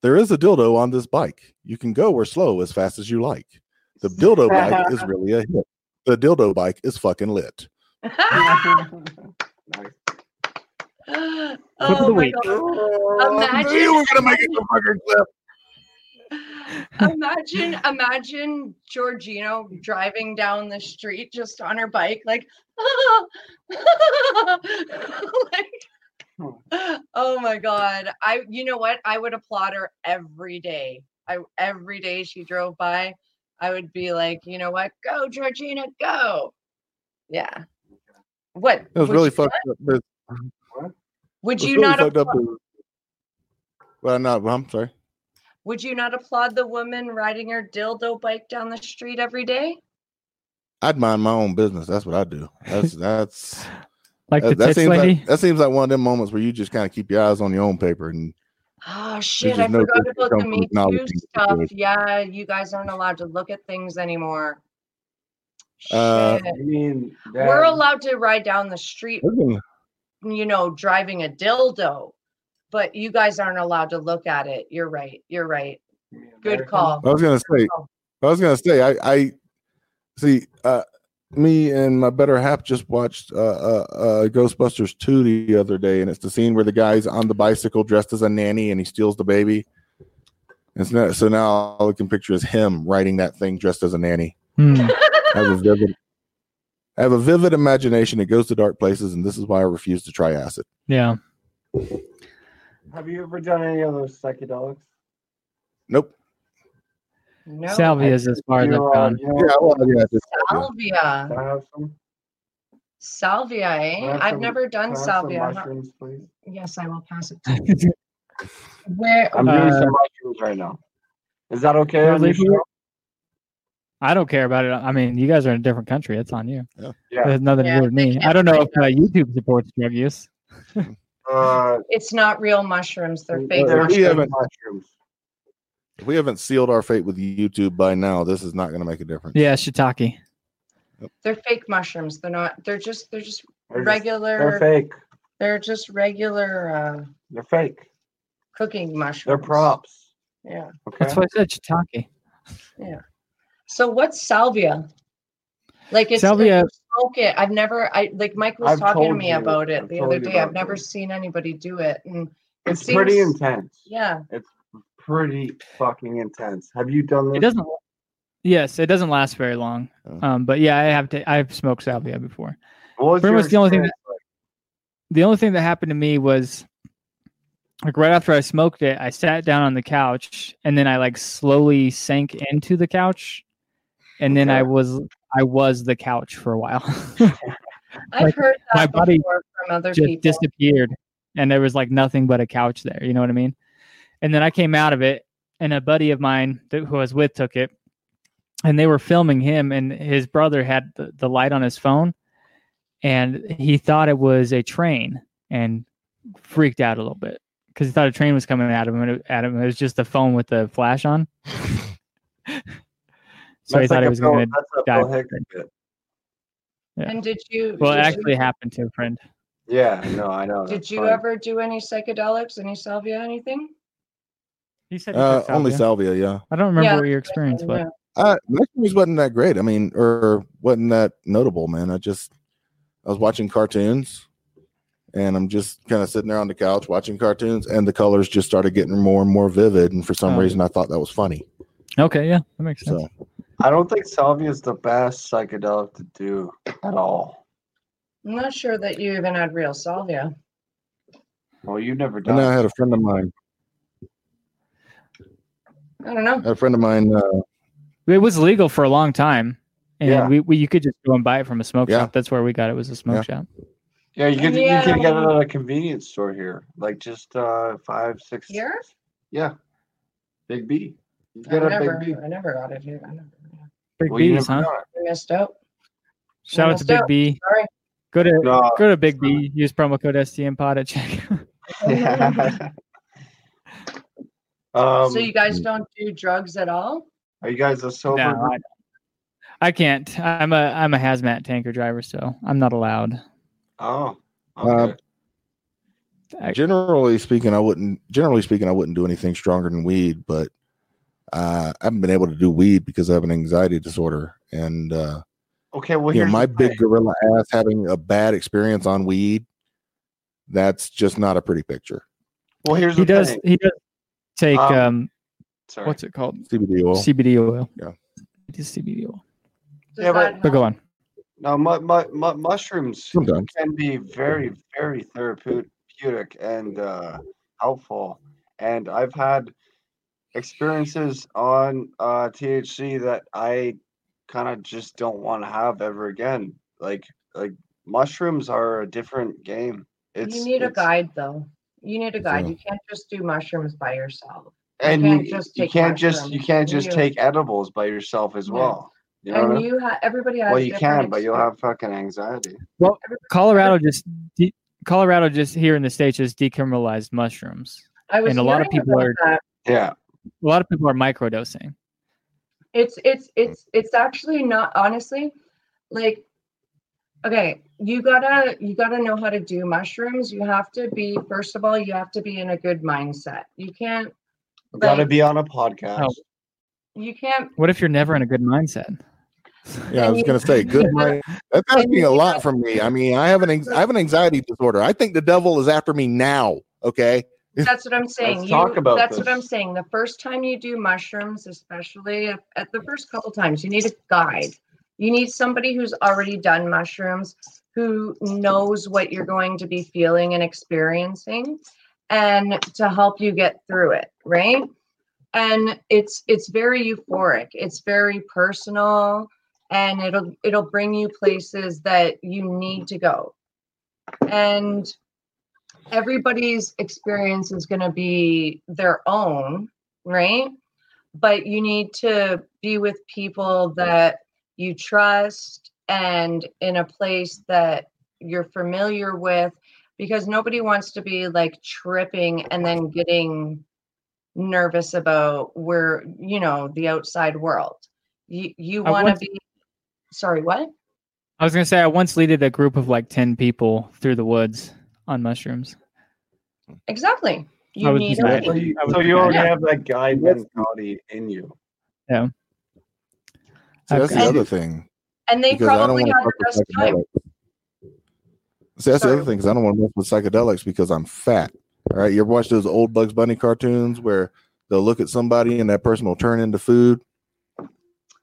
There is a dildo on this bike. You can go or slow as fast as you like. The dildo bike is really a hit. The dildo bike is fucking lit. Nice. oh the my week. I knew you were gonna make it to fucking clip. god! Imagine, imagine Georgino driving down the street just on her bike, like, like, oh my god! I, you know what? I would applaud her every day. I every day she drove by, I would be like, you know what? Go, Georgina, go! Yeah. What? It was would really you- fucked up. It Would was you really not fucked up. appla- Well, not. I'm sorry. would you not applaud the woman riding her dildo bike down the street every day? I'd mind my own business. That's what I do. That's that's Like the Uh, that, that tits seems lady. like that seems like one of them moments where you just kind of keep your eyes on your own paper and Oh shit, just I no forgot good about the from Me Too acknowledging the stuff. situation. Yeah, you guys aren't allowed to look at things anymore. Uh, Shit. I mean, that, We're allowed to ride down the street, listen, you know, driving a dildo, but you guys aren't allowed to look at it. You're right. You're right. I mean, Good American- call. I was gonna say, I was gonna say, I, I see. Uh, me and my better half just watched uh, uh, uh, Ghostbusters two the other day, and it's the scene where the guy's on the bicycle dressed as a nanny, and he steals the baby. And so now, so now all I can picture is him riding that thing dressed as a nanny. Hmm. I have a vivid, I have a vivid imagination. It goes to dark places, and this is why I refuse to try acid. Yeah. Have you ever done any of those psychedelics? Nope. No. Salvia is as far as You, I've uh, gone. you know, Yeah, well, yeah, just, Oh. Salvia. Can I have some? Salvia, Can I eh? have I've some- never can I done have some salvia. How- mushrooms, please. Yes, I will pass it. to you. Where I'm doing Uh, some mushrooms right now. Is that okay? You're on your leaving show? I don't care about it. I mean, you guys are in a different country. It's on you. Yeah. There's nothing Yeah, to do with they me. I can't don't know if find uh, YouTube supports drug use. Uh, it's not real mushrooms; they're fake. they're- mushrooms. we haven't- mushrooms. if we haven't sealed our fate with YouTube by now, this is not going to make a difference. Yeah, shiitake. They're fake mushrooms. They're not. They're just. They're just They're, just- regular. they're fake. They're just regular uh, They're fake. cooking They're mushrooms. props. Yeah. Okay. That's why I said shiitake. So what's salvia? Like it's Salvia- salvia. smoke it. I've never. I like Mike was I've talking to told me you. about it I've the told other you day. I've about never it. seen anybody do it, and it It's pretty seems- intense. yeah, Pretty fucking intense. Have you done It this? doesn't. Yes, it doesn't last very long. Oh. Um, but yeah, I have to. I've smoked salvia before. What was pretty your much the only thing experience The only thing that happened to me was like right after I smoked it, I sat down on the couch and then I like slowly sank into the couch, and then I Okay. was I was the couch for a while. I've Like, heard that my body before from other just people. disappeared and there was like nothing but a couch there you know what i mean and then i came out of it and a buddy of mine that, who i was with took it and they were filming him and his brother had the, the light on his phone and he thought it was a train and freaked out a little bit because he thought a train was coming at him and it, at him it was just the phone with the flash on so he That's thought like it a was Bill- going to that's a die. Bill Hicks bit. Yeah. And did you? well it did you- actually happened to a friend Yeah, no, I know. Did that's you funny. ever do any psychedelics, any salvia, anything? he said he Uh, took only salvia. salvia, yeah. i don't remember Yeah, what your experience was Yeah. Uh, my experience wasn't that great. I mean, or wasn't that notable, man. I just I was watching cartoons, and I'm just kind of sitting there on the couch watching cartoons, and the colors just started getting more and more vivid. And for some Oh. reason, I thought that was funny. okay yeah that makes sense So I don't think salvia is the best psychedelic to do at all. I'm not sure that you even had real salvia. Well, you've never done. and I had a friend of mine. I don't know. I had a friend of mine. Uh, It was legal for a long time, and Yeah. we, we you could just go and buy it from a smoke Yeah. shop. That's where we got it. Was a smoke shop. yeah, you can Yeah. you can get it at a convenience store here, like just uh five six. Here? Yeah, Big B. You I get a never, Big B. I never got it here. I never. Big Well, you B's, never huh? know. I missed out. Shout out Almost to Big out. B. Sorry. Go to No, go to Big B. Use promo code STM Pod at checkout. Yeah. um, so you guys don't do drugs at all? are you guys a sober? no, group? I, I can't. I'm a I'm a hazmat tanker driver, so I'm not allowed. oh, Uh, Um, okay. I- generally speaking, I wouldn't. Generally speaking, I wouldn't do anything stronger than weed, but uh, I haven't been able to do weed because I have an anxiety disorder, and uh, okay. Well, you know, here's my the big thing. gorilla ass having a bad experience on weed. That's just not a pretty picture. Well, here's He the does thing. he does take Um, um, Sorry. what's it called CBD oil. CBD oil. Yeah. it is CBD oil. Does Yeah, that but- But go on. No, mu- mu- mu- mushrooms Sometimes. can be very, very therapeutic and uh, helpful. And I've had experiences on uh, THC that I kind of just don't want to have ever again. Like, like mushrooms are a different game. It's you need a it's- guide though. You need a guide. Yeah. You can't just do mushrooms by yourself. and can't you, just you take can't just you mushrooms. can't just You- take edibles by yourself as Yeah. well. You know what I and mean? you ha- everybody has Well, you different can, but you'll have fucking anxiety. Colorado just de- Colorado just here in the states just decriminalized mushrooms. experience. I was and a lot of hearing people about are- that. Yeah. a lot of people are microdosing. it's Mm. it's it's it's actually not honestly like okay you gotta you gotta know how to do mushrooms you have to be first of all you have to be in a good mindset you can't Gotta like, be on a podcast. Oh. you can't What if you're never in a good mindset? Yeah, I was gonna say good. Right? That's asking a lot from me. I mean, I have an anx- I have an anxiety disorder. I think the devil is after me now. Okay, that's what i'm saying Let's you, talk about that's what i'm this. saying the first time you do mushrooms especially if, at the first couple times you need a guide you need somebody who's already done mushrooms who knows what you're going to be feeling and experiencing and to help you get through it right and it's it's very euphoric it's very personal and it'll it'll bring you places that you need to go and everybody's experience is going to be their own right but you need to be with people that you trust and in a place that you're familiar with because nobody wants to be like tripping and then getting nervous about where you know the outside world you you I want to once- be sorry what I was gonna say I once leaded a group of like ten people through the woods on mushrooms. exactly I You was need just it. So you, I would so do you that. already have that guy Yes. mentality in you. See, that's the Okay. other thing. And they because I don't probably want had to the fuck best with time. psychedelics. See, that's Sorry. the other thing because I don't want to mess with psychedelics because I'm fat. All right, you ever watch those old Bugs Bunny cartoons where they'll look at somebody and that person will turn into food?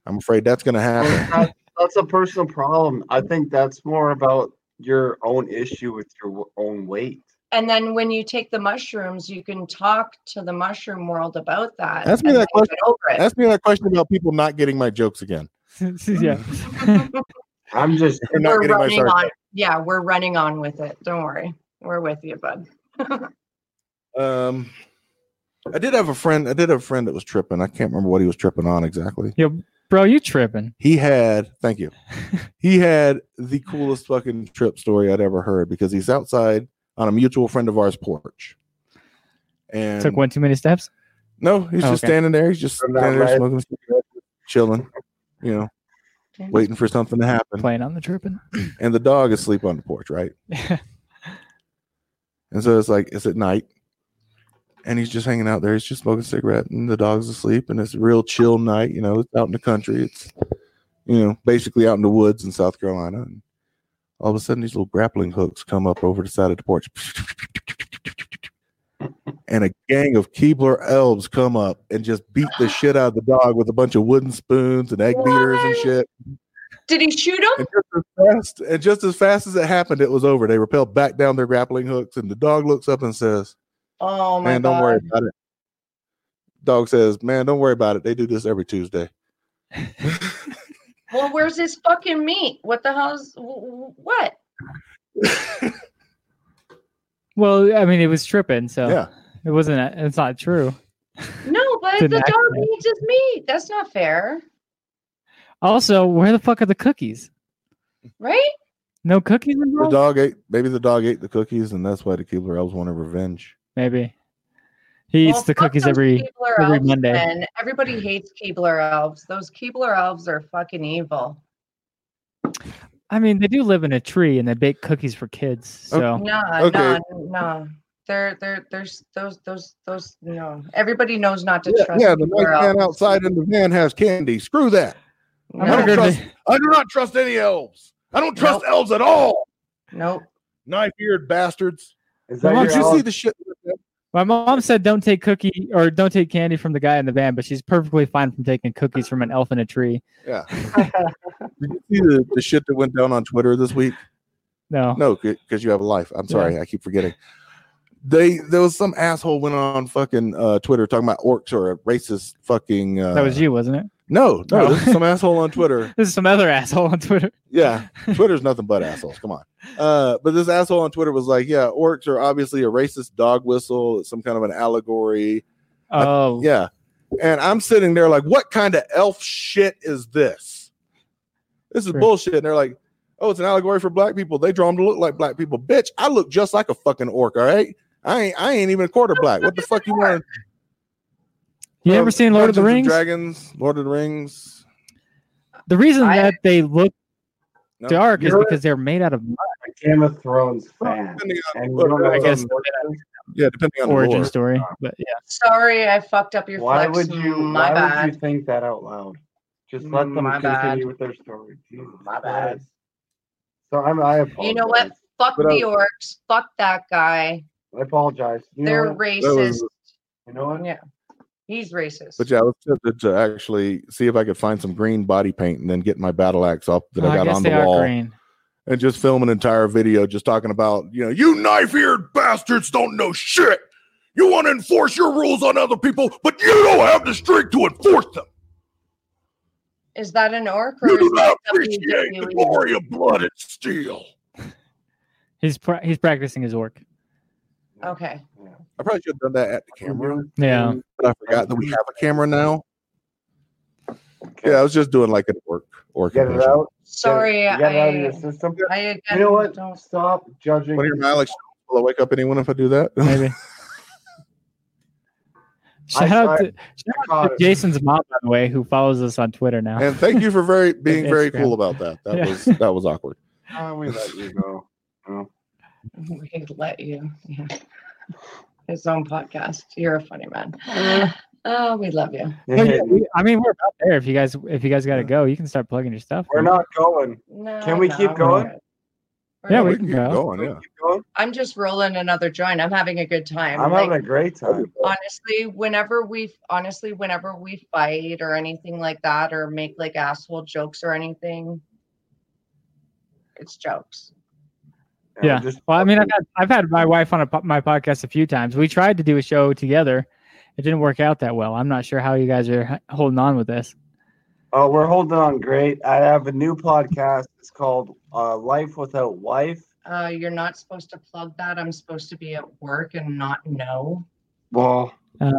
I'm afraid that's going to happen. Well, that- that's a personal problem. I think that's more about your own issue with your w- own weight. And then when you take the mushrooms, you can talk to the mushroom world about that. Ask me and that then get over it. Ask me that question about people not getting my jokes again. yeah. I'm just They're not we're getting my running sarcasm. on. Yeah, we're running on with it. Don't worry. We're with you, bud. Um, I did have a friend. I did have a friend that was tripping. I can't remember what he was tripping on exactly. Bro, you tripping. He had, thank you. he had the coolest fucking trip story I'd ever heard because he's outside on a mutual friend of ours porch. And Took one too many steps. no, he's Oh, just okay. standing there. He's just I'm not standing there mad. smoking, a cigarette, chilling, you know, Okay. waiting for something to happen. Playing on the tripping. And the dog is asleep on the porch, right? And so it's like it's at night, and he's just hanging out there. He's just smoking a cigarette, and the dog's asleep. And it's a real chill night, you know. It's out in the country. It's you know basically out in the woods in South Carolina. And all of a sudden, these little grappling hooks come up over the side of the porch, and a gang of Keebler elves come up and just beat the shit out of the dog with a bunch of wooden spoons and egg beaters and What? shit. Did he shoot him? And just, as fast, and just as fast as it happened, it was over. They repelled back down their grappling hooks, and the dog looks up and says. Oh my Man, god. don't worry about it. Dog says, Man, don't worry about it. They do this every Tuesday. Well, where's his fucking meat? What the hell's wh- wh- what? Well, I mean, it was tripping, so Yeah. it wasn't. a- It's not true. No, but It's an the dog accident. needs his meat. That's not fair, Also, where the fuck are the cookies? right? No cookies The involved. dog ate maybe the dog ate the cookies, and that's why the Keebler Elves wanted revenge. Maybe he eats Well, the fuck cookies those every. Keebler every elves, Monday. man. Everybody hates Keebler elves. Those Keebler elves are fucking evil. I mean, they do live in a tree and they bake cookies for kids. So Nah, Okay. nah, nah. They're they're there's those those those no. Everybody knows not to Yeah, trust. yeah, the Keebler white man elves. outside in the van has candy. Screw that. I don't wonder No, if trust- they- I do not trust any elves. I don't trust elves at all. nope. Knife eared bastards. Is Why that don't Did your you own- see the shit? my mom said don't take cookie or don't take candy from the guy in the van, but she's perfectly fine from taking cookies from an elf in a tree. Yeah. Did you see the, the shit that went down on Twitter this week? No, No, because you have a life. I'm sorry, I keep forgetting. They there was some asshole went on fucking uh, Twitter talking about orcs or a racist fucking. Uh, that was you, wasn't it? No, no, Oh. this is some asshole on Twitter. This is some other asshole on Twitter. Yeah, Twitter's nothing but assholes. Come on. Uh, but this asshole on Twitter was like, "Yeah, orcs are obviously a racist dog whistle. It's some kind of an allegory." Oh, Uh, Yeah, and I'm sitting there like, "What kind of elf shit is this? This is Sure. bullshit." And they're like, "Oh, it's an allegory for black people. They draw them to look like black people. Bitch, I look just like a fucking orc. All right, I ain't, I ain't even a quarter black. What the fuck you want? you from ever seen Lord of the Dungeons Rings? and Dragons, Lord of the Rings. The reason I- that they look No. dark is You're- because they're made out of mud. a Game of Thrones fan? Depending on- And you don't know I what guess- I'm- yeah, depending on the origin lore. Uh, story. But yeah, Sorry, I fucked up your why flex. would you? My why bad. would you think that out loud? Just let them My continue bad. with their story. Jesus My bad. Christ. So I'm. I apologize. You know what? Fuck But I- the orcs. Fuck that guy. I apologize. You They're know what? That racist. was- You know what? yeah, he's racist. But yeah, I was tempted to actually see if I could find some green body paint and then get my battle axe up that Well, I Oh, I got guess on they the are wall green. and just film an entire video just talking about, you know, you knife eared bastards don't know shit. You want to enforce your rules on other people, but you don't have the strength to enforce them. Is that an orc? Or You do is that not appreciate the WWE? glory of blood and steel. He's pra- he's practicing his orc. Okay. I probably should have done that at the camera, Yeah, but I forgot that we have a camera now. Yeah, I was just doing like an orc, orc. Get it impression. out. Sorry, Get it, get it out of your I, system. I again You know what? don't. Stop judging. What are your Alex? Will I wake up anyone if I do that? maybe. Shout tried- out, to, shout out to Jason's mom, by the way, who follows us on Twitter now. and thank you for very being very Instagram. cool about that. That Yeah. was that was awkward. Ah, we let you go. We let you. Yeah. his own podcast. You're a funny man. Mm. Oh, we love you. Oh, yeah, we- I mean, we're about there. If you guys, if you guys got to go, you can start plugging your stuff. We're not going. No, Can we keep no, going? we're- Yeah, we're- we can keep go. going. Yeah. Keep going. I'm just rolling another joint. I'm having a good time. I'm Like, having a great time. honestly whenever we honestly whenever we fight or anything like that or make like asshole jokes or anything it's jokes Yeah. just- Well, I mean, I've had, I've had my wife on a, po- my podcast a few times. We tried to do a show together. It didn't work out that well. I'm not sure how you guys are h- holding on with this. Oh, we're holding on great. I have a new podcast. It's called uh, Life Without Wife. uh, you're not supposed to plug that i'm supposed to be at work and not know Well, Uh,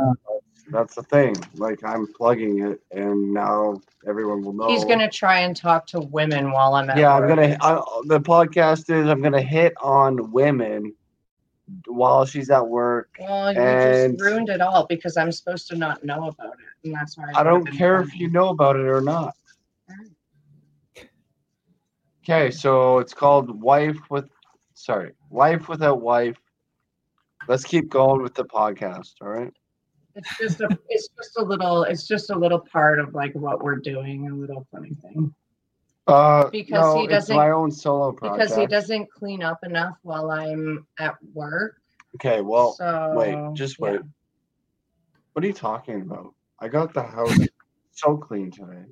that's the thing. Like I'm plugging it, and now everyone will know. he's gonna try and talk to women while i'm at Oh. Yeah, I'm gonna. work. I, the podcast is I'm gonna hit on women while she's at work. well you and- just ruined it all because i'm supposed to not know about it and that's why I don't would've care been if you know about it or not. Okay, so it's called Wife with, sorry, Life Without Wife. Let's keep going with the podcast. All right. it's just a it's just a little it's just a little part of like what we're doing a little funny thing Uh, Because no, he it's doesn't- my own solo project. because he doesn't clean up enough while I'm at work. Okay, well, so, wait, just yeah. wait. What are you talking about? I got the house so clean today.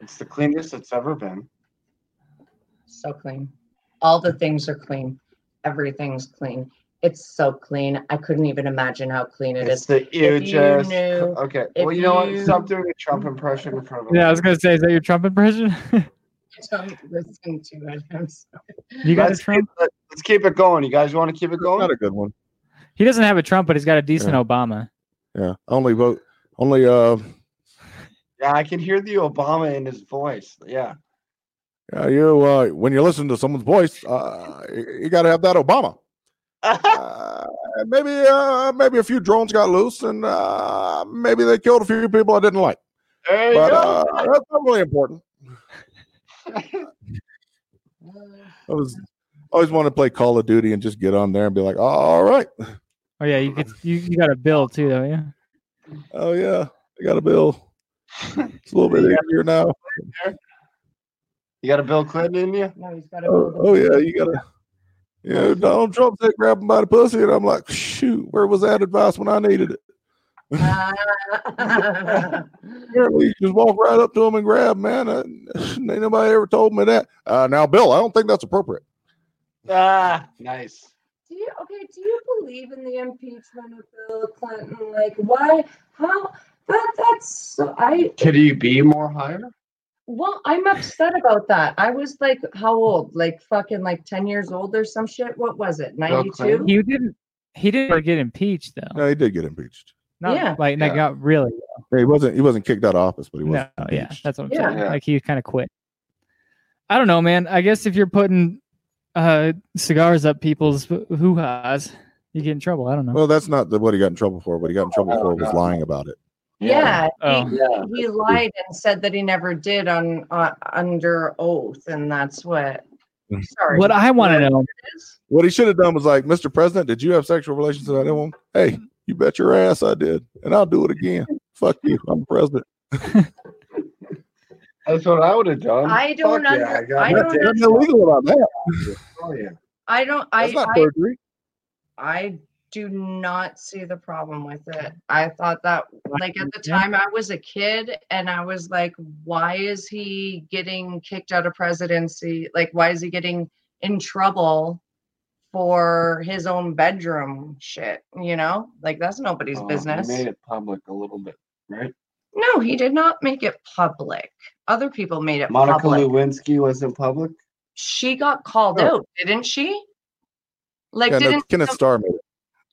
It's the cleanest it's ever been. So clean. All the things are clean. Everything's clean. It's so clean. I couldn't even imagine how clean it It's is. the you hugest. knew- Okay, if well, you know you- what? Stop doing a Trump impression in front of Yeah, I me. was gonna say, is that your Trump impression? I don't listen to it. I'm sorry. you got a Let's keep- Trump? let- Let's keep it going. You guys want to keep it Not going? a good one. He doesn't have a Trump, but he's got a decent Yeah. Obama. Yeah. Only vote. Only. Uh. Yeah, I can hear the Obama in his voice. Yeah. yeah, You. Uh. When you listen to someone's voice, uh, you, you got to have that Obama. Uh, maybe. Uh. Maybe a few drones got loose, and uh, maybe they killed a few people I didn't like. There you But go. uh, that's not really important. I was always wanted to play Call of Duty and just get on there and be like, all right, Oh yeah, you could, you, you got a bill too, though. Yeah. oh yeah, I got a bill. It's a little bit easier now. you got a Bill Clinton in you? No, he's got to. Oh, oh, yeah, you gotta. Yeah, Donald Trump said grab him by the pussy, and I'm like, shoot, where was that advice when I needed it? oh. Ah. Apparently, you just walk right up to him and grab, man. I, ain't nobody ever told me that. Uh, now, Bill, I don't think that's appropriate. Ah, nice. Do you okay? Do you believe in the impeachment of Bill Clinton? Like, why? How? That that's so. I Could he be more higher? Well, I'm upset about that. I was like, how old? Like fucking like 10 years old or some shit. What was it? Clinton? 92? He didn't. He didn't really get impeached though. No, he did get impeached. Not Yeah. like not Yeah. got really. Yeah, He wasn't. He wasn't kicked out of office, but he was. No, yeah, that's what I'm Yeah. saying. Yeah. Like he kind of quit. I don't know, man. I guess if you're putting uh cigars up people's hoo ha's, you get in trouble. I don't know. well, that's not the, what he got in trouble for. What he got in trouble for was lying about it. Yeah. Oh. He, Yeah. he lied and said that he never did on uh, under oath. And that's what. Sorry. what I want to What know, it is. What he should have done was like, Mr. President, did you have sexual relations with that woman? Hey, you bet your ass I did, and I'll do it again. Fuck you, I'm president. That's what I would have done. I don't Fuck yeah, under- got I my don't dick. Nothing illegal about that. Oh, yeah. I don't. I, That's not I, perjury. I do not see the problem with it. I thought that, like, at the Yeah. time I was a kid and I was like, why is he getting kicked out of presidency? Like, why is he getting in trouble for his own bedroom shit? You know, like, that's nobody's Oh, he business. Made it public a little bit, right? No, he did not make it public. Other people made it Monica public. Lewinsky wasn't public. She got called No. out, didn't she? Like, yeah, no, didn't Kenneth Starr made it.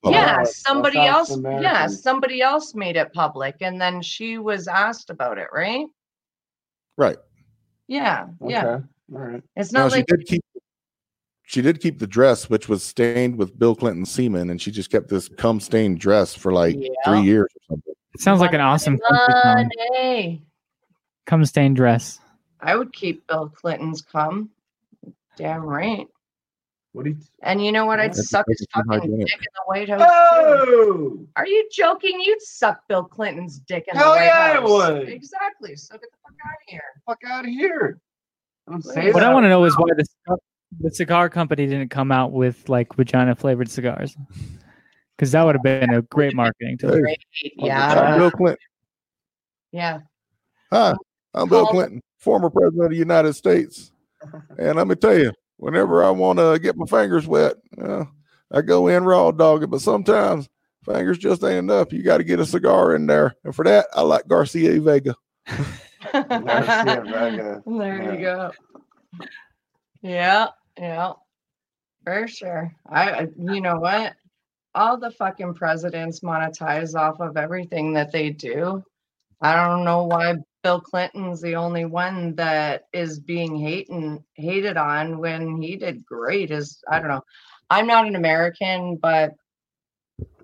Oh, wow. yeah That's somebody not else yeah Samaritan. somebody else made it public and then she was asked about it right Right. yeah Okay. yeah All right. it's Now not she like did keep. She did keep the dress, which was stained with Bill Clinton's semen, and she just kept this cum stained dress for like Yeah. three years or something. it sounds like an awesome come, money. come stain dress. i would keep bill clinton's cum damn right What do you? And you know what? I'd That's suck his because you're fucking dick in hygienic. the White House. too. Oh, Are you joking? You'd suck Bill Clinton's dick in Hell the White yeah, I House. would. Exactly. So get the fuck out of here. fuck out of here! Don't say What What that. I want to know is why the cigar, the cigar company didn't come out with like vagina flavored cigars, because that would have been a great marketing tool. Hey, Great. I'm Yeah. Bill Clinton. Yeah. Hi, I'm Bill Call- Clinton, former president of the United States. And let me tell you, whenever I want to get my fingers wet, uh, I go in raw dogging, but sometimes fingers just ain't enough. You got to get a cigar in there. And for that, I like Garcia Vega. Garcia Vega. There you go. Yeah, yeah, for sure. I, I- you know what? All the fucking presidents monetize off of everything that they do. I don't know why Bill Clinton's the only one that is being hating hated on when he did great. Is I don't know. I'm not an American, but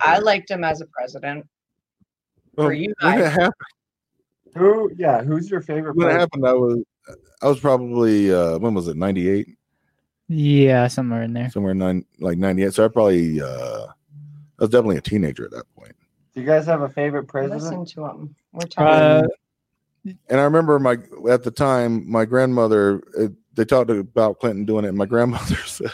I liked him as a president. Um, For you when it guys. happened, Who? Yeah, who's your favorite? when it player? happened, I was I was probably uh, when was it? Ninety eight, Yeah, somewhere in there. somewhere nine like ninety eight. So I probably uh, I was definitely a teenager at that point. Do you guys have a favorite Listen president? to him. We're talking. Uh, and I remember my at the time my grandmother uh they talked about Clinton doing it. And my grandmother said,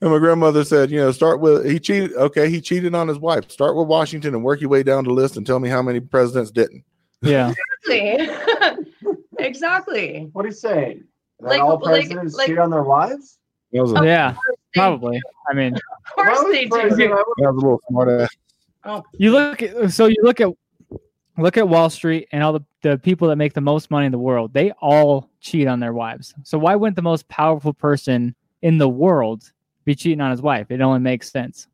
and my grandmother said, you know, start with he cheated. Okay, he cheated on his wife. Start with Washington and work your way down the list and tell me how many presidents didn't. yeah, exactly. exactly. What do you say? That Like- all like- presidents like- cheat on their wives? That was a, that yeah, probably. I mean, Of course they do. was a little smart ass. you look at, so you look at look at Wall Street and all the, the people that make the most money in the world. They all cheat on their wives. So why wouldn't the most powerful person in the world be cheating on his wife? It only makes sense.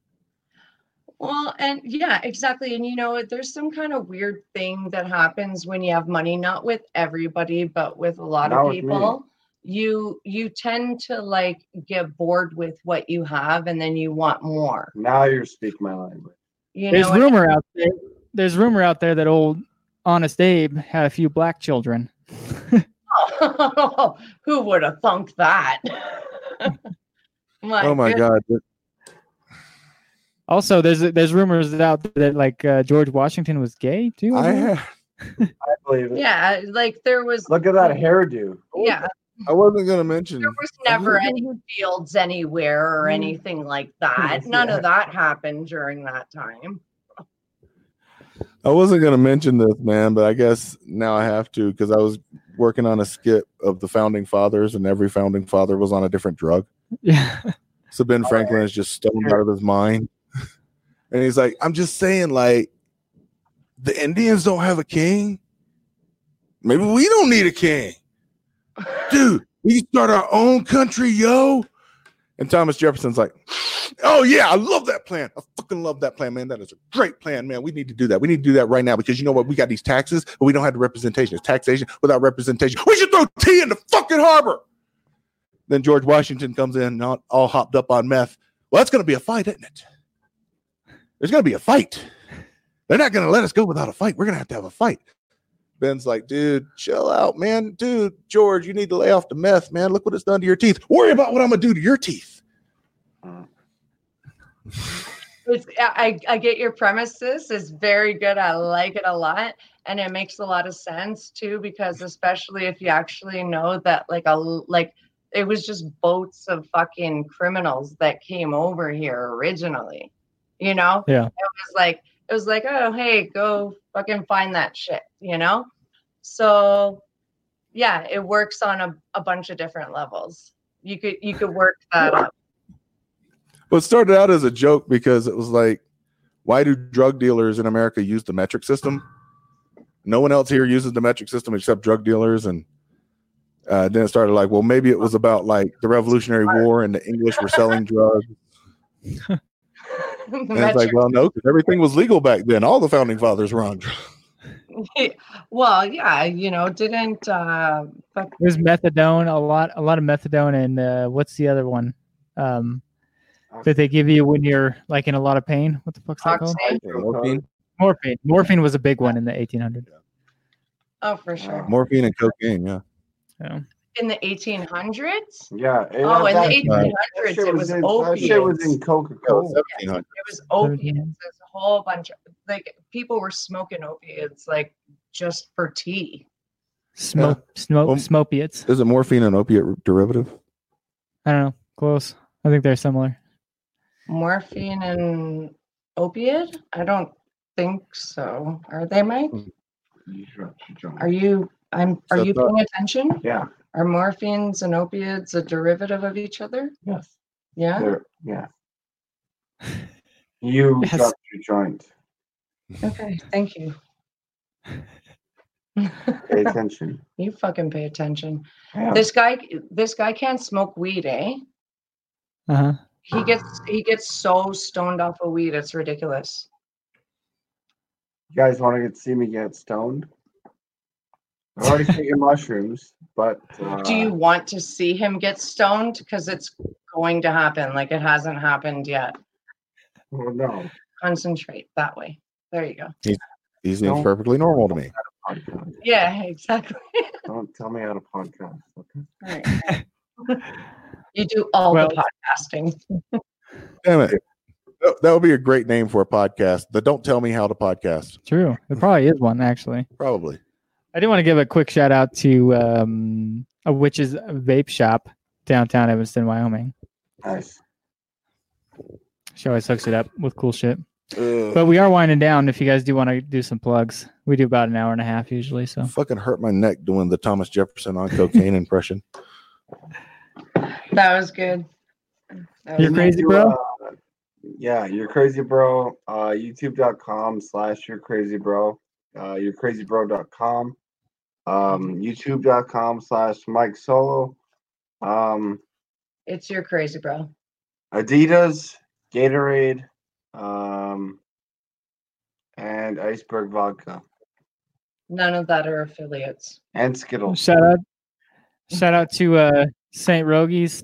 Well, and yeah, exactly. And you know, what? there's some kind of weird thing that happens when you have money, not with everybody, but with a lot Not of with me. people. You you tend to like get bored with what you have and then you want more. Now you speak my language. You There's know, and- rumor out there. There's rumor out there that old Honest Abe had a few black children. who would have thunk that? Oh my god! Also, there's there's rumors out there that like uh, George Washington was gay too. I I think. had, I believe it. Yeah, like there was Look at that hairdo. yeah, I wasn't gonna mention. there was Mm. never any fields anywhere or anything like that. None of that happened during that time. I wasn't gonna mention this, man, but I guess now I have to because I was working on a skit of the founding fathers, and every founding father was on a different drug. Yeah. So Ben Franklin is just stoned out of his mind. And he's like, I'm just saying, like, the Indians don't have a king. Maybe we don't need a king. Dude, we can start our own country, yo. And Thomas Jefferson's like, oh, yeah, I love that plan. I fucking love that plan, man. That is a great plan, man. We need to do that. We need to do that right now because you know what? We got these taxes, but we don't have the representation. It's taxation without representation. We should throw tea in the fucking harbor. Then George Washington comes in, not all hopped up on meth. Well, that's going to be a fight, isn't it? There's going to be a fight. They're not going to let us go without a fight. We're going to have to have a fight. Ben's like, dude, chill out, man. Dude, George, you need to lay off the meth, man. Look what it's done to your teeth. Worry about what I'm going to do to your teeth. It's, I, I I get your premises. It's very good. I like it a lot. And it makes a lot of sense too, because especially if you actually know that like a l- like it was just boats of fucking criminals that came over here originally. You know? Yeah. It was like it was like, oh hey, go fucking find that shit, you know? So yeah, it works on a, a bunch of different levels. You could you could work that up. Well, it started out as a joke because it was like, why do drug dealers in America use the metric system? No one else here uses the metric system except drug dealers. And uh, then it started like, well, maybe it was about like the Revolutionary War and the English were selling drugs. And it's like, well, no, 'cause everything was legal back then. All the founding fathers were on drugs. well, yeah, you know, didn't uh fuck- There's methadone, a lot, a lot of methadone, and uh, what's the other one um, that they give you when you're like in a lot of pain? What the fuck's that called? Oxy- Morphine, Morphine. Morphine was a big one in the 1800s. Oh, for sure. morphine and cocaine. Yeah. in the 1800s? Yeah. it- Oh, in the that- 1800s, that shit it was in- That shit was opiates. in Coca Cola. It was opiates. There's a whole bunch of like people were smoking opiates like just for tea. Smoke, smoke, Well- smopiates. Is it morphine an opiate derivative? I don't know. Close. I think they're similar. Morphine and opiate? I don't think so. Are they, Mike? Are you? I'm. Are So you it's not- paying attention? Yeah. Are morphines and opiates a derivative of each other? Yes. Yeah. There- Yeah. You Yes. dropped your joint. Okay. Thank you. Pay attention. you fucking pay attention. Yeah. This guy. This guy can't smoke weed, eh? Uh huh. He gets. He gets so stoned off of weed. It's ridiculous. You guys want to get see me get stoned? I've already taken mushrooms, but uh, Do you want to see him get stoned? Because it's going to happen. Like it hasn't happened yet. well, no. Concentrate that way. There you go. He seems No. perfectly normal to me. Podcast. Yeah, exactly. Don't tell me how to podcast. Okay. Right. you do all Well- the podcasting. Damn it. That- That would be a great name for a podcast. The Don't Tell Me How to Podcast, True. There probably is one actually. probably. I do want to give a quick shout out to um, a witch's vape shop downtown Evanston, Wyoming. Nice. She always hooks it up with cool shit. Ugh, But we are winding down. If you guys do want to do some plugs, we do about an hour and a half usually. So fucking hurt my neck doing the Thomas Jefferson on cocaine impression. That was good. That You're was- crazy, You, bro? uh, yeah, you're crazy, bro. Uh, YouTube.com slash you're crazy, bro. Uh, you're crazy, bro.com. Um, Mm-hmm. YouTube.com slash Mike Solo. Um, It's your crazy, bro. Adidas, Gatorade, um, and Iceberg Vodka None of that are affiliates. and Skittles. shout out, shout out to uh, Saint Rogies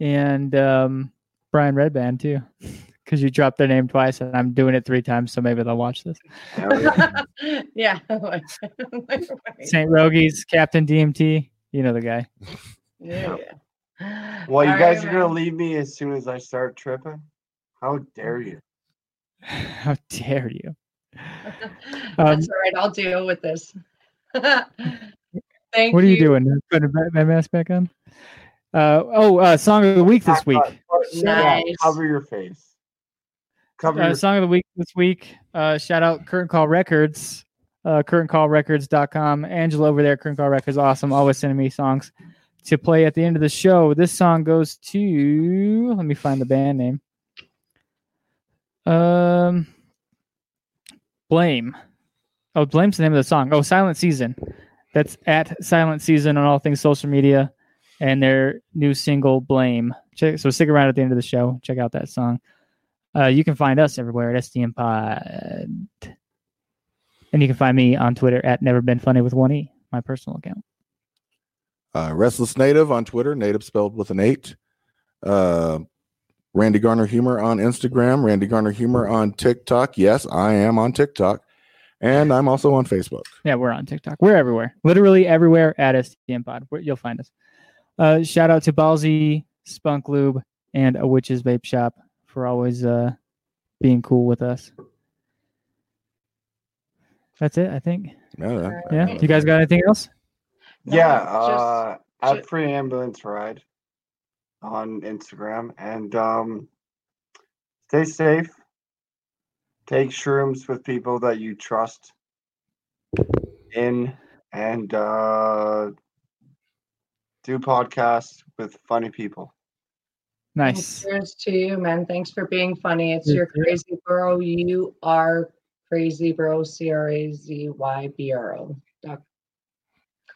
and um, Brian Redband too, because you dropped their name twice, and I'm doing it three times, so maybe they'll watch this. Hell yeah. yeah. like- like, wait, Saint Rogies, Captain DMT, you know the guy. yeah, yeah. Well, you All guys right, are gonna man. leave me as soon as I start tripping. How dare you? How dare you? Um, That's all right. I'll deal with this. Thank what are you. you doing? Putting my- my mask back on. Uh, oh, uh, song of the week this week. Yeah, Nice. cover your face. Cover Uh, your song of the week this week. Uh, shout out Curtain Call Records, uh, curtaincallrecords.com. Angela over there, Curtain Call Records, awesome. Always sending me songs to play at the end of the show. This song goes to. Let me find the band name. Um, blame. Oh, blame's the name of the song. Oh, Silent Season. That's at Silent Season on all things social media, and their new single "Blame." Check, so stick around at the end of the show. Check out that song. Uh, you can find us everywhere at SDM Pod. And you can find me on Twitter at Never Been Funny with One E, my personal account. Uh, Restless Native on Twitter, native spelled with an eight. Uh, Randy Garner Humor on Instagram, Randy Garner Humor on TikTok. Yes, I am on TikTok. And I'm also on Facebook. Yeah, we're on TikTok. We're everywhere. Literally everywhere at SDM Pod. Where- You'll find us. Uh, shout out to Ballsy, Spunk Lube, and A Witch's Vape Shop for always uh, being cool with us. That's it, I think. Yeah, Yeah. You guys got anything else? No, yeah, just- uh, at just- free ambulance ride on Instagram and um, stay safe. Take shrooms with people that you trust in and uh, do podcasts with funny people. And Nice. Cheers to you, man. Thanks for being funny. It's Cheers your to you. crazy bro. You are crazy bro. C R A Z Y B R O dot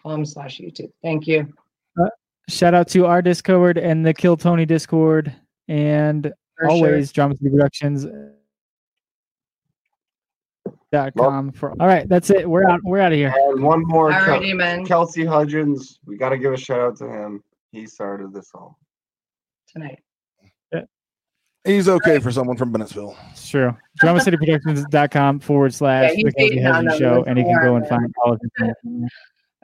com slash YouTube. Thank you. Shout out to our Discord and the Kill Tony Discord and For always drama city productions uh, dot com for all right that's it we're out we're out of here And one more Sure. Kel- Alrighty, man. Kelsey Hudgens. We got to give a shout out to him. He started this all. Tonight. He's okay for someone from Bennettsville. it's true drama city productions.com forward slash he's the Kelsey beating on Hudson them. show That's and you who can are, go and man. find all of it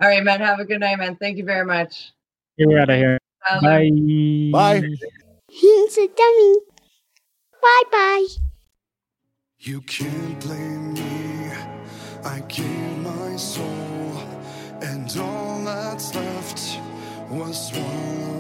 All right, man. Have a good night, man. Thank you very much. We're out of here. Bye. Bye. He's a dummy. Bye bye. You can't blame me. I gave my soul, and all that's left was swallowed.